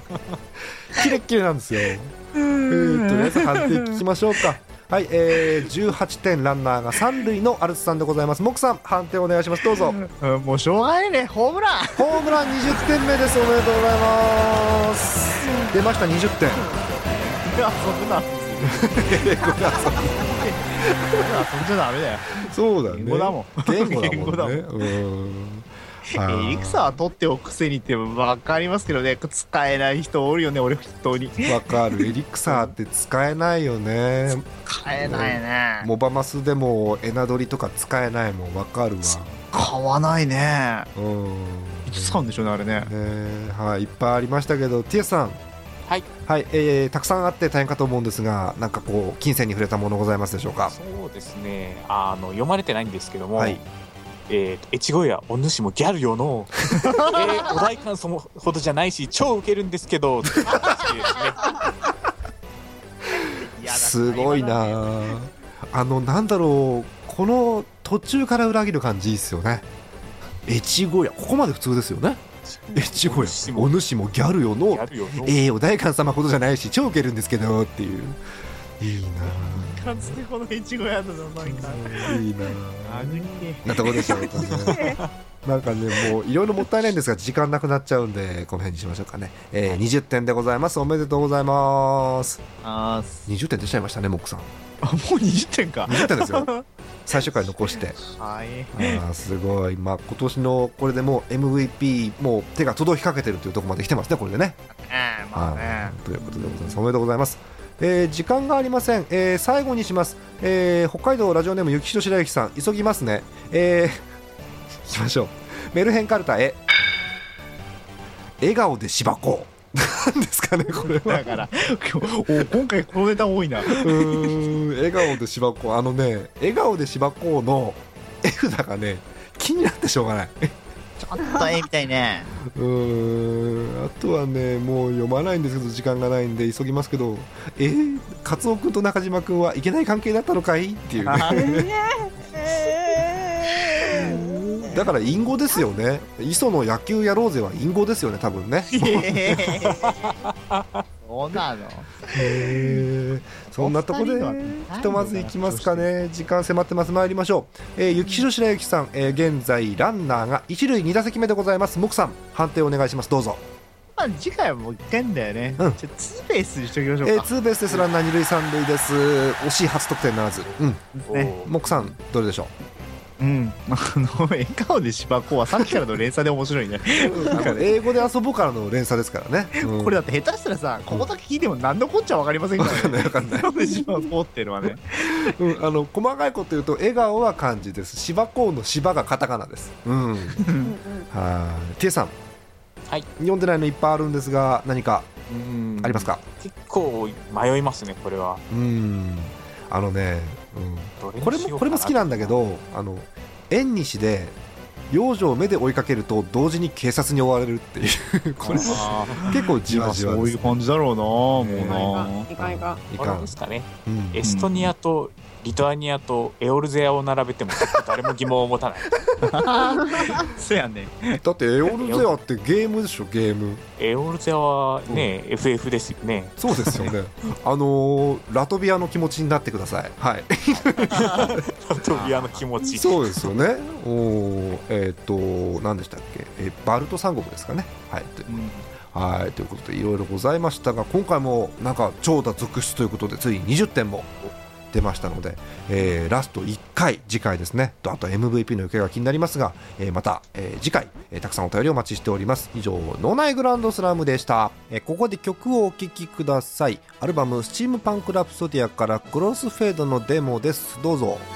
[SPEAKER 1] キレッキレなんですよ、えーとりあえず判定聞きましょうかはい、えー、18点ランナーが三塁のアルツさんでございますモクさん判定お願いしますどうぞ
[SPEAKER 11] もうしょうがないねホーム ラン
[SPEAKER 1] ホームラン20点目ですおめでとうございます出ました20点
[SPEAKER 11] 遊ぶな
[SPEAKER 1] 英語で遊ぶ
[SPEAKER 11] 遊んじゃダメだよ
[SPEAKER 1] そうだよね
[SPEAKER 11] 言語だもん
[SPEAKER 1] 言語だ もんねうんあ
[SPEAKER 11] エリクサは取っておくせにって分かりますけどね使えない人おるよね俺本当に
[SPEAKER 1] わかるエリクサーって使えないよね
[SPEAKER 11] 使えないね
[SPEAKER 1] モバマスでもエナドリとか使えないもんわかるわ
[SPEAKER 11] 買わないね
[SPEAKER 1] うん
[SPEAKER 11] いつ使うんでしょうねあれね
[SPEAKER 1] ねはいいっぱいありましたけどティエさん
[SPEAKER 5] はい、
[SPEAKER 1] はいえー、たくさんあって大変かと思うんですがなんかこう金銭に触れたものございますでしょうか
[SPEAKER 5] そうですねあの読まれてないんですけども、
[SPEAKER 1] はい
[SPEAKER 5] えーと越後屋お主もギャル よのう、えーお代官そもほどじゃないし超ウケるんです けどっていうですね
[SPEAKER 1] すごいなああのなんだろうこの途中から裏切る感じいいっすよね越後屋ここまで普通ですよね越後屋お主もギャルよのう
[SPEAKER 5] ギャルよのう
[SPEAKER 1] えー、お代官様ほどじゃないし超ウケるんですけどっていういい
[SPEAKER 11] かつてこのいちご屋だのなんか
[SPEAKER 1] ないいな
[SPEAKER 11] あぐけ
[SPEAKER 1] なとこでしょうねなんかねもういろいろもったいないんですが時間なくなっちゃうんでこの辺にしましょうかね、えー、20点でございますおめでとうございます
[SPEAKER 11] あーす
[SPEAKER 1] 20点出ちゃいましたねモックさん
[SPEAKER 11] あもう20点か
[SPEAKER 1] 20点です よ最終回残して
[SPEAKER 11] はい
[SPEAKER 1] あーすごい、まあ、今年のこれでもう MVP もう手が届きかけてるというところまで来てますねこれでね
[SPEAKER 11] えー、まあね
[SPEAKER 1] ということでございますおめでとうございます、えー時間がありません、えー最後にします、えー北海道ラジオネーム雪城白雪さん急ぎますねえー行きましょうメルヘンカルタへ笑顔でしばこうなんですかねこれは
[SPEAKER 11] だから今日お今回このネタ多いな
[SPEAKER 1] うーん笑顔でしばこうあのね笑顔でしばこうの絵札がね気になってしょうがない
[SPEAKER 11] 大変みたい ね
[SPEAKER 1] うーんあとはねもう読まないんですけど時間がないんで急ぎますけどえー、カツオ君と中島君はいけない関係だったのかいっていう、ね、だから隠語ですよね磯の野球やろうぜは隠語ですよね多分ね
[SPEAKER 11] そうなの
[SPEAKER 1] へーそんなとこでひとまずいきますかね時間迫ってます参りましょう、えー、雪城白雪さん、えー現在ランナーが一塁二打席目でございます木さん判定お願いしますどうぞ
[SPEAKER 11] まあ次回はもう一回んだよね、
[SPEAKER 1] うん
[SPEAKER 11] じゃあツーベースにしときましょう
[SPEAKER 1] えー
[SPEAKER 11] か、
[SPEAKER 1] ツーベースですランナー二塁三塁です惜しい初得点ならずうん
[SPEAKER 11] ね
[SPEAKER 1] 木さんどれでしょ
[SPEAKER 11] うんあの笑顔で芝子はさっきからの連鎖で面白いね
[SPEAKER 1] うなんか英語で遊ぼうからの連鎖ですからね、うん
[SPEAKER 11] これだって下手したらさここだけ聞いても何のこっちゃ分かりませんからね
[SPEAKER 1] わかんない
[SPEAKER 11] 笑顔で芝子っていうのはね
[SPEAKER 1] うんあの細かいこと言うと笑顔は漢字です芝公の芝がカタカナですうん はいティエさん
[SPEAKER 5] はい
[SPEAKER 1] 読んでないのいっぱいあるんですが何か
[SPEAKER 5] うん
[SPEAKER 1] ありますか
[SPEAKER 5] 結構迷いますねこれは
[SPEAKER 1] うんあのね、
[SPEAKER 5] ど
[SPEAKER 1] うん、
[SPEAKER 5] に
[SPEAKER 1] これ
[SPEAKER 5] しよ
[SPEAKER 1] も
[SPEAKER 5] う
[SPEAKER 1] こ
[SPEAKER 5] か
[SPEAKER 1] れ
[SPEAKER 5] な
[SPEAKER 1] も好きなんだけどあの縁西で幼女を目で追いかけると同時に警察に追われるっていうこれも
[SPEAKER 11] あー
[SPEAKER 1] 結構じわじわ
[SPEAKER 11] まあそう
[SPEAKER 1] で
[SPEAKER 11] い
[SPEAKER 1] す
[SPEAKER 11] う感じだろうなもう
[SPEAKER 1] ね
[SPEAKER 11] ない
[SPEAKER 4] かんいかん
[SPEAKER 1] い
[SPEAKER 5] こ
[SPEAKER 1] か
[SPEAKER 5] れ
[SPEAKER 1] ん
[SPEAKER 5] ですかね
[SPEAKER 1] うん
[SPEAKER 5] エストニアとリトアニアとエオルゼアを並 べても誰も疑問を持たない
[SPEAKER 11] そうやね
[SPEAKER 1] だってエオルゼアってゲームでしょゲーム
[SPEAKER 5] エオルゼアはね、FF ですよね
[SPEAKER 1] そうですよねあのーラトビアの気持ちになってくださいはい
[SPEAKER 5] ラトビアの気持ち
[SPEAKER 1] そうですよね。おーえっ、と何でしたっけ、えーバルト三国ですかね。はい。というはいということでいろいろございましたが今回もなんか長蛇続出ということでついに20点も出ましたので、えーラスト1回次回ですねとあと MVP の行方が気になりますが、えーまた、えー次回、えーたくさんお便りお待ちしております以上「脳内グランドスラム」でした、えーここで曲をお聴きくださいアルバム「スチームパンクラプソディア」から「クロスフェード」のデモですどうぞ
[SPEAKER 2] 「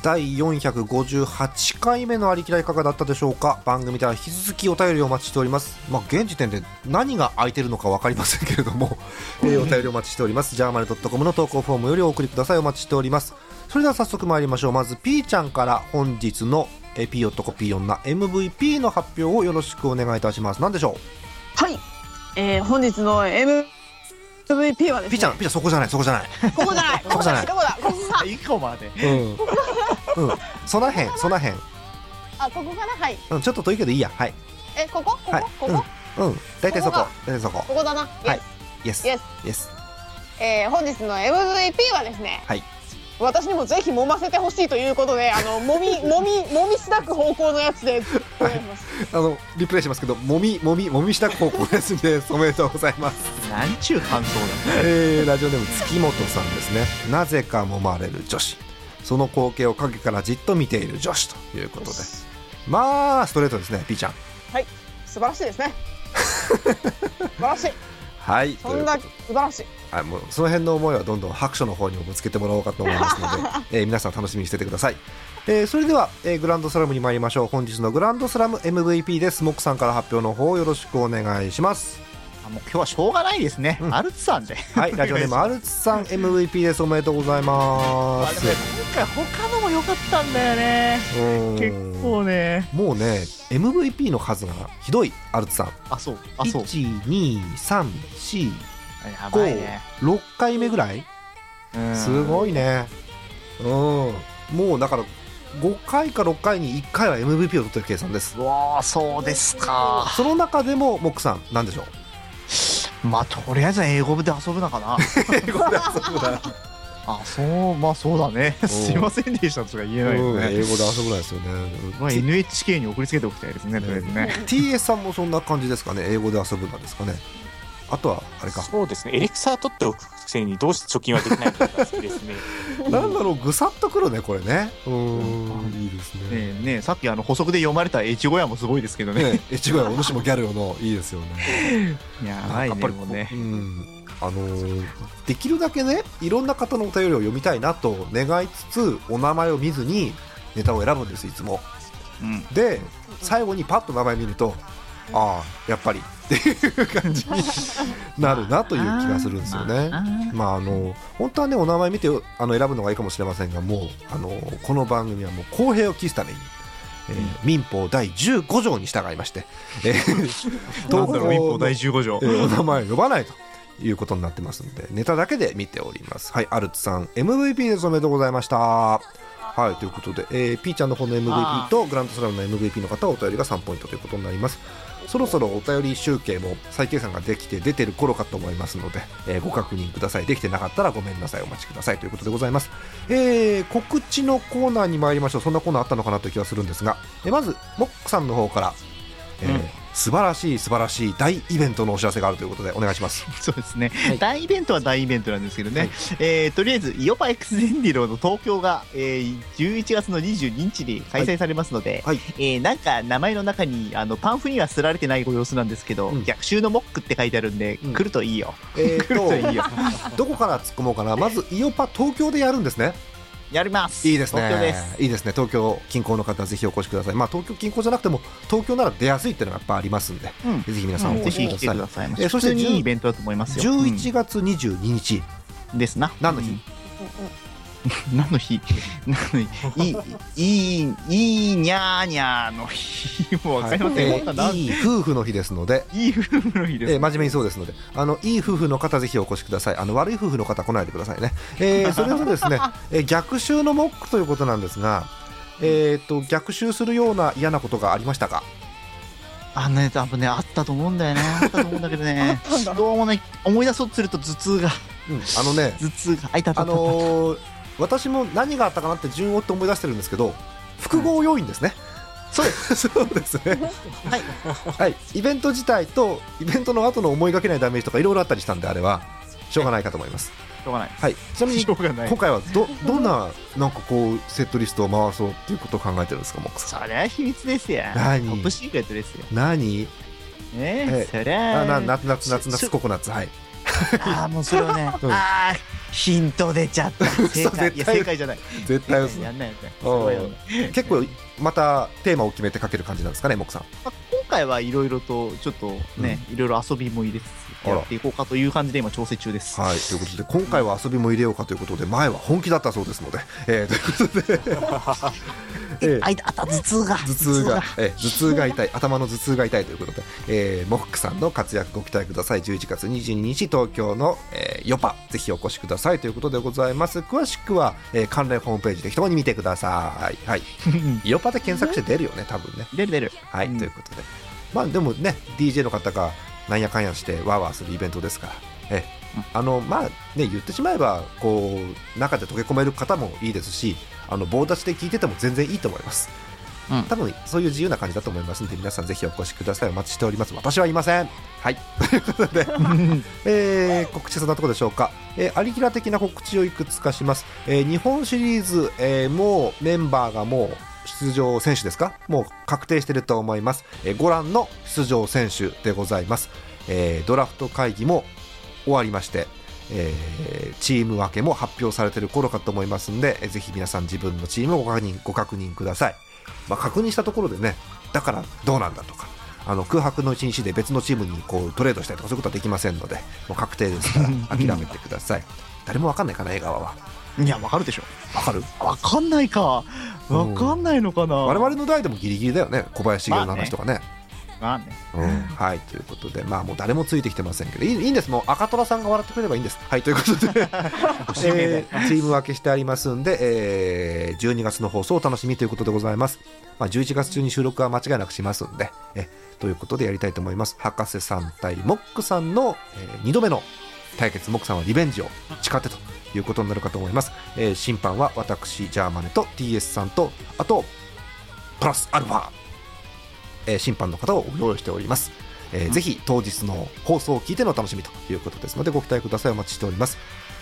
[SPEAKER 1] 第458回目のありきらいかがだったでしょうか番組では引き続きお便りをお待ちしておりますまあ現時点で何が空いてるのか分かりませんけれども、えーお便りお待ちしておりますジャーマル .com の投稿フォームよりお送りくださいお待ちしておりますそれでは早速参りましょうまず P ちゃんから本日のえー P 男 P 女 MVP の発表をよろしくお願いいたします何でしょう
[SPEAKER 4] はい、えー、本日の MVP はですね
[SPEAKER 1] P ちゃん P ちゃんそこじゃないそこじゃない
[SPEAKER 4] ここじゃない
[SPEAKER 1] ここじゃない
[SPEAKER 4] どこだここか
[SPEAKER 11] 以降まで
[SPEAKER 1] うん、うん、その辺その辺、
[SPEAKER 4] あここかなはい
[SPEAKER 1] うん、ちょっと遠いけどいいやはい
[SPEAKER 4] えここここ、
[SPEAKER 1] はい
[SPEAKER 4] ここ、
[SPEAKER 1] うんうん大体そこ
[SPEAKER 4] ここが
[SPEAKER 1] 大体そこ
[SPEAKER 4] ここだな
[SPEAKER 1] はいイエス
[SPEAKER 4] イエス
[SPEAKER 1] イエス
[SPEAKER 4] えー、本日の MVP はですね
[SPEAKER 1] はい
[SPEAKER 4] 私にもぜひ揉ませてほしいということであの揉み揉み揉みしだく方向のやつでお願いします
[SPEAKER 1] あのリプレイしますけどもみもみもみした高校お休み ですおめでとうございます
[SPEAKER 11] なんちゅう感想
[SPEAKER 1] えーラジオネーム月本さんですねなぜか揉まれる女子その光景を陰からじっと見ている女子ということでまあストレートですね P ちゃん
[SPEAKER 4] はい素晴らしいですね素晴らしい
[SPEAKER 1] はい
[SPEAKER 4] そんな素晴らしい
[SPEAKER 1] あもうその辺の思いはどんどん白書の方にもぶつけてもらおうかと思いますの で、えー皆さん楽しみにしててください、えーそれでは、えーグランドスラムに参りましょう本日のグランドスラム MVP ですモックさんから発表の方よろしくお願いします
[SPEAKER 11] あもう今日はしょうがないですね、アルツさんで
[SPEAKER 1] はいラジオネームアルツさん MVP ですおめでとうございます
[SPEAKER 11] 今回他のも良かったんだよね
[SPEAKER 1] 結
[SPEAKER 11] 構ね
[SPEAKER 1] もうね MVP の数がひどいアルツさん
[SPEAKER 11] あそうあそう
[SPEAKER 1] 1234
[SPEAKER 11] やばいね
[SPEAKER 1] 56回目ぐらいすごいねうんもうだから5回か6回に1回は MVP を取ってる計算です
[SPEAKER 11] わあそうですか
[SPEAKER 1] その中でもモックさん何でしょう
[SPEAKER 11] まあとりあえず英語部で遊ぶなかな
[SPEAKER 1] 英語で遊ぶな
[SPEAKER 11] あそうまあそうだねすいませんでしたとしか言えないよ
[SPEAKER 1] うん
[SPEAKER 11] ね
[SPEAKER 1] 英語で遊ぶないですよね
[SPEAKER 11] まあ、
[SPEAKER 1] T-
[SPEAKER 11] NHK に送りつけておきたいですね、とりあえずね。
[SPEAKER 1] TS さんもそんな感じですかね英語で遊ぶなんですかねあとはあれか
[SPEAKER 5] そうですねエレクサー取っておくくせにどうして貯金はできないのかが好きで すね
[SPEAKER 1] なんだろうぐさっとくるねこれねうんいいですね
[SPEAKER 11] ねえねえさっきあの補足で読まれた越後屋もすごいですけどね。
[SPEAKER 1] ね、越後屋お主もギャルよのいいですよね。
[SPEAKER 11] やばいねもうね
[SPEAKER 1] うん、あのーできるだけねいろんな方のお便りを読みたいなと願いつつお名前を見ずにネタを選ぶんですいつも。
[SPEAKER 11] うん
[SPEAKER 1] で最後にパッと名前見るとああやっぱりっていう感じになるなという気がするんですよね。まああの本当はねお名前見てあの選ぶのがいいかもしれませんがもうあのこの番組はもう公平を期すために。えー民法第15条に従いまして、えー
[SPEAKER 11] なんだろう民法第
[SPEAKER 1] 15
[SPEAKER 11] 条
[SPEAKER 1] えーお名前を呼ばないということになってますのでネタだけで見ておりますはいアルツさん MVP ですおめでとうございましたはいということで、えー、P ちゃんの方の MVP とグランドスラムの MVP の方はお便りが3ポイントということになりますそろそろお便り集計も再計算ができて出てる頃かと思いますので、えーご確認くださいできてなかったらごめんなさいお待ちくださいということでございます、えー告知のコーナーに参りましょうそんなコーナーあったのかなという気がするんですが、えーまずモックさんの方から、えー素晴らしい素晴らしい大イベントのお知らせがあるということでお願いし ます
[SPEAKER 11] そうですね、大イベントは大イベントなんですけどね、えーとりあえず、イオパエクスゼンディローの東京が、えー11月の22日に開催されますので、えーなんか名前の中にあのパンフにはすられてないご様子なんですけど、逆襲のモックって書いてあるんで、来るとい いよ。
[SPEAKER 1] え
[SPEAKER 11] 来るといいよ。
[SPEAKER 1] ー、と どこから突っ込もうかなまずイオパ東京でやるんですね
[SPEAKER 11] やります。
[SPEAKER 1] いいですね
[SPEAKER 11] 東京です
[SPEAKER 1] いいですね東京近郊の方ぜひお越しくださいまあ東京近郊じゃなくても東京なら出やすいっていうのがやっぱありますんで、ぜひ皆さんお
[SPEAKER 11] ぜ
[SPEAKER 1] 越し
[SPEAKER 11] ひ
[SPEAKER 1] くだ
[SPEAKER 11] 来て
[SPEAKER 1] さい,、
[SPEAKER 11] くださいま
[SPEAKER 1] え
[SPEAKER 11] せ。
[SPEAKER 1] ーそ
[SPEAKER 11] 普
[SPEAKER 1] して
[SPEAKER 11] 通にいいイ
[SPEAKER 1] 10
[SPEAKER 11] ベントだと思いますよ。うん
[SPEAKER 1] 11月22日、
[SPEAKER 11] ですな。
[SPEAKER 1] 何の日、
[SPEAKER 11] 何 の日何の日いい、いい、いいにゃーにゃー の日。もう分かりませ
[SPEAKER 1] は
[SPEAKER 11] ん。も
[SPEAKER 1] い
[SPEAKER 11] っとなん
[SPEAKER 1] えーいい夫婦の日ですので、
[SPEAKER 11] いい夫婦の日です
[SPEAKER 1] えー真面目にそうですので、あのいい夫婦の方ぜひお越しください。あの悪い夫婦の方来ないでくださいね。え ーそれとですね、えー逆襲のモックということなんですが、えっ、と逆襲するような嫌なことがありましたか。
[SPEAKER 11] あのね、多分ね、あったと思うんだよね。 あったと思うんだけどね。どうもね、思い出そうとすると頭痛が。
[SPEAKER 1] あのね、
[SPEAKER 11] 頭痛が、あいたいた
[SPEAKER 1] あ
[SPEAKER 11] いたいた
[SPEAKER 1] のー私も何があったかなって順を追って思い出してるんですけど、複合要因ですね。
[SPEAKER 11] そうで す
[SPEAKER 1] そうですね
[SPEAKER 11] はい、
[SPEAKER 1] はい、イベント自体とイベントの後の思いがけないダメージとかいろいろあったりしたんであれはしょうがないかと思います
[SPEAKER 11] しょうがない。
[SPEAKER 1] はい、ちなみに今回はど どんななんかこうセットリストを回そうっていうことを考えてるんですか、モックさん。
[SPEAKER 11] それは秘密ですよ。ト
[SPEAKER 1] 何
[SPEAKER 11] ップシークレットですよ。
[SPEAKER 1] 何？
[SPEAKER 11] ね
[SPEAKER 1] え
[SPEAKER 11] それは
[SPEAKER 1] あな夏夏夏夏夏ココナッツはい。
[SPEAKER 11] ああ、もうそれはね、
[SPEAKER 1] うん
[SPEAKER 11] ああ、ヒント出ち ゃった正解いや正解じゃない
[SPEAKER 1] 絶対嘘
[SPEAKER 11] いややんないやんない
[SPEAKER 1] うん結構またテーマを決めてかける感じなんですかね、木さん。
[SPEAKER 11] 今回はいろいろとちょっとね、いろいろ遊びも入れつつ
[SPEAKER 1] あら
[SPEAKER 11] やっていこうかという感じで今調整中です
[SPEAKER 1] はい、ということで今回は遊びも入れようかということで前は本気だったそうですので、えーということ で、えー
[SPEAKER 11] あいたあった頭痛が頭
[SPEAKER 1] 頭痛が、えー頭痛が痛い頭の頭痛が痛いということで、えー、モックさんの活躍ご期待ください11月22日東京の、えー、ヨパぜひお越しくださいということでございます詳しくは、えー関連ホームページで人に見てくださいはいヨパで検索して出るよね多分ね
[SPEAKER 11] 出る出る
[SPEAKER 1] はい、ということでまあでもね DJ の方がなんやかんやしてわーわーするイベントですからええあのまあね言ってしまえばこう中で溶け込める方もいいですしあの棒立ちで聞いてても全然いいと思います多分そういう自由な感じだと思いますので皆さんぜひお越しくださいお待ちしております私はいませんはいということで、えー告知そんなところでしょうか、えー、アリキラ的な告知をいくつかします、えー日本シリーズ、えーもうメンバーがもう出場選手ですかもう確定してると思います、えーご覧の出場選手でございます、えードラフト会議も終わりまして、えーチーム分けも発表されてる頃かと思いますんで、えーぜひ皆さん自分のチームをご確認ご確認ください、まあ、確認したところでねだからどうなんだとかあの空白の1日で別のチームにこうトレードしたりとかそういうことはできませんのでもう確定ですから諦めてください誰も分かんないかな映画はい
[SPEAKER 11] や分かるでしょ
[SPEAKER 1] 分かる
[SPEAKER 11] 分かんないか分かんないのかな
[SPEAKER 1] 我々の代でもギリギリだよね小林茂の話とかね,、
[SPEAKER 11] まあね
[SPEAKER 1] うん、はいということで、まあ、もう誰もついてきてませんけどいいいいんです、もう赤虎さんが笑ってくれればいいんです。はいということ で、えーチーム分けしてありますんで、えー12月の放送をお楽しみということでございます。まあ、11月中に収録は間違いなくしますんで、えということでやりたいと思います。博士さん対モックさんの、え2度目の対決、モックさんはリベンジを誓ってということになるかと思います。えー審判は私、ジャーマネと TS さんと、あと、プラスアルファえー審判の方をご用意しております、えーぜひ当日の放送を聞いてのお楽しみということですのでご期待くださいお待ちしております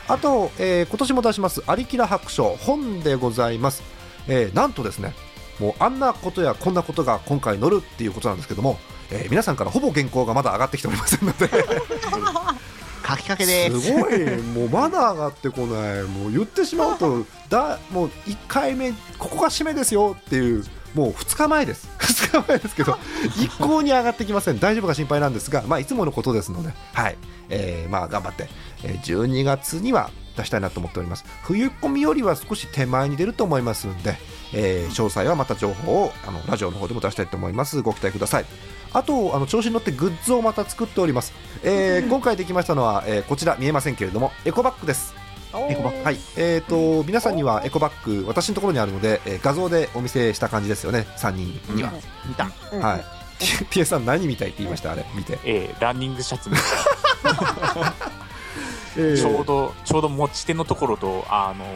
[SPEAKER 1] あと、えー今年も出します「アリキラ白書」本でございます、えーなんとですねもうあんなことやこんなことが今回載るっていうことなんですけども、えー皆さんからほぼ原稿がまだ上がってきておりませんので
[SPEAKER 11] 書きかけです
[SPEAKER 1] すごいもうマナーがあってこないもう言ってしまうとだもう1回目ここが締めですよっていうもう2日前です 2日前ですけど一向に上がってきません大丈夫か心配なんですが、まあ、いつものことですので、はいえーまあ、頑張って、えー12月には出したいなと思っております冬コミよりは少し手前に出ると思いますんで、えー詳細はまた情報をあのラジオの方でも出したいと思いますご期待くださいあとあの調子に乗ってグッズをまた作っております、えー今回できましたのは、えーこちら見えませんけれどもエコバッグですエコバッグはいえー、と皆さんにはエコバッグ私のところにあるので、えー画像でお見せした感じですよね3人には、
[SPEAKER 11] 見た
[SPEAKER 1] はい。T- TS さん何みたいって言いましたあれ見て。
[SPEAKER 5] えーランニングシャツみたいなちょうどちょうど持ち手のところとあの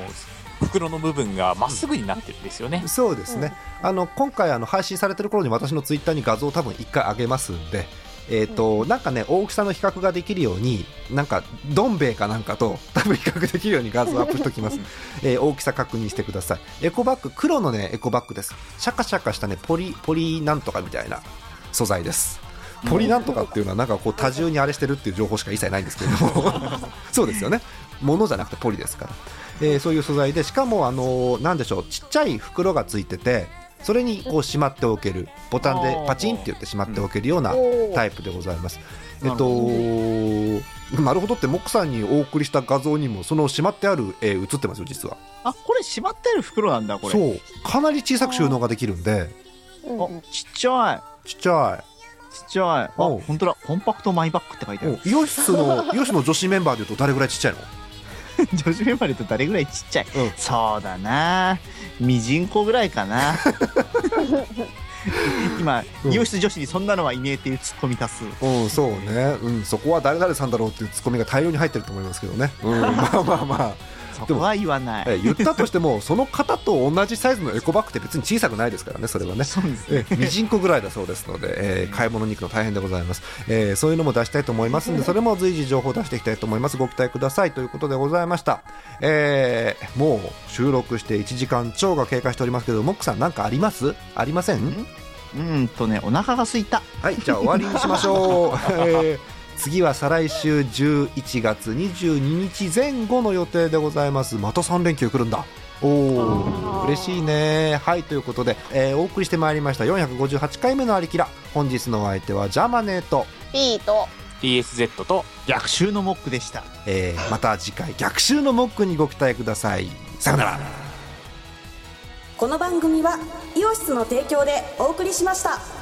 [SPEAKER 5] 袋の部分がまっすぐになってるんですよね、
[SPEAKER 1] そうですね。あの今回あの配信されてる頃に私のツイッターに画像を多分一回上げますんで。えーとなんかね大きさの比較ができるようになんかどん兵衛かなんかと 多分比較できるように画像アップしておきます、 えー大きさ確認してくださいエコバッグ黒のねエコバッグですシャカシャカしたねポリポリなんとかみたいな素材ですポリなんとかっていうのはなんかこう多重にあれしてるっていう情報しか一切ないんですけれど もそうですよね物じゃなくてポリですから、えーそういう素材でしかもあのーなんでしょうちっちゃい袋がついててそれにこうしまっておけるボタンでパチンって言ってしまっておけるようなタイプでございますえっとなるほどってモックさんにお送りした画像にもそのしまってある絵映ってますよ実は
[SPEAKER 11] あこれしまってある袋なんだこれ
[SPEAKER 1] そうかなり小さく収納ができるんで
[SPEAKER 11] あちっちゃ
[SPEAKER 1] いちっちゃ
[SPEAKER 11] いちっちゃいあ本当だコンパクトマイバッグって書いてある
[SPEAKER 1] イオシスのイオシスの女子メンバーでいうと誰ぐらいちっちゃいの
[SPEAKER 11] 女子メンバーで言うと誰ぐらいちっちゃい、そうだなミジンコぐらいかな今美容室女子にそんなのはいねえっていうツッコミ足す
[SPEAKER 1] うん、そうね、うん、そこは誰々さんだろうっていうツッコミが大量に入ってると思いますけどね、 うん、まあまあまあ、で
[SPEAKER 11] そこ
[SPEAKER 1] も
[SPEAKER 11] は言わない
[SPEAKER 1] え言ったとしても、その方と同じサイズのエコバッグって別に小さくないですからね、それはね、えみじんこぐらいだそうですので、えー買い物に行くの大変でございます、えーそういうのも出したいと思いますんで、それも随時情報出していきたいと思います、ご期待くださいということでございました、えーもう収録して1時間超が経過しておりますけど、モックさん、なんかありますありません
[SPEAKER 11] うんとねお腹が空いた
[SPEAKER 1] はいじゃあ終わりにしましょう、えー次は再来週11月22日前後の予定でございますまた3連休来るんだおお嬉しいねはいということで、えーお送りしてまいりました458回目の「ありきら」本日のお相手はジャマネーと
[SPEAKER 4] いいと
[SPEAKER 5] TSZ と
[SPEAKER 1] 逆襲のモックでした、えーまた次回逆襲のモックにご期待くださいさよなら
[SPEAKER 3] この番組はイオシスの提供でお送りしました。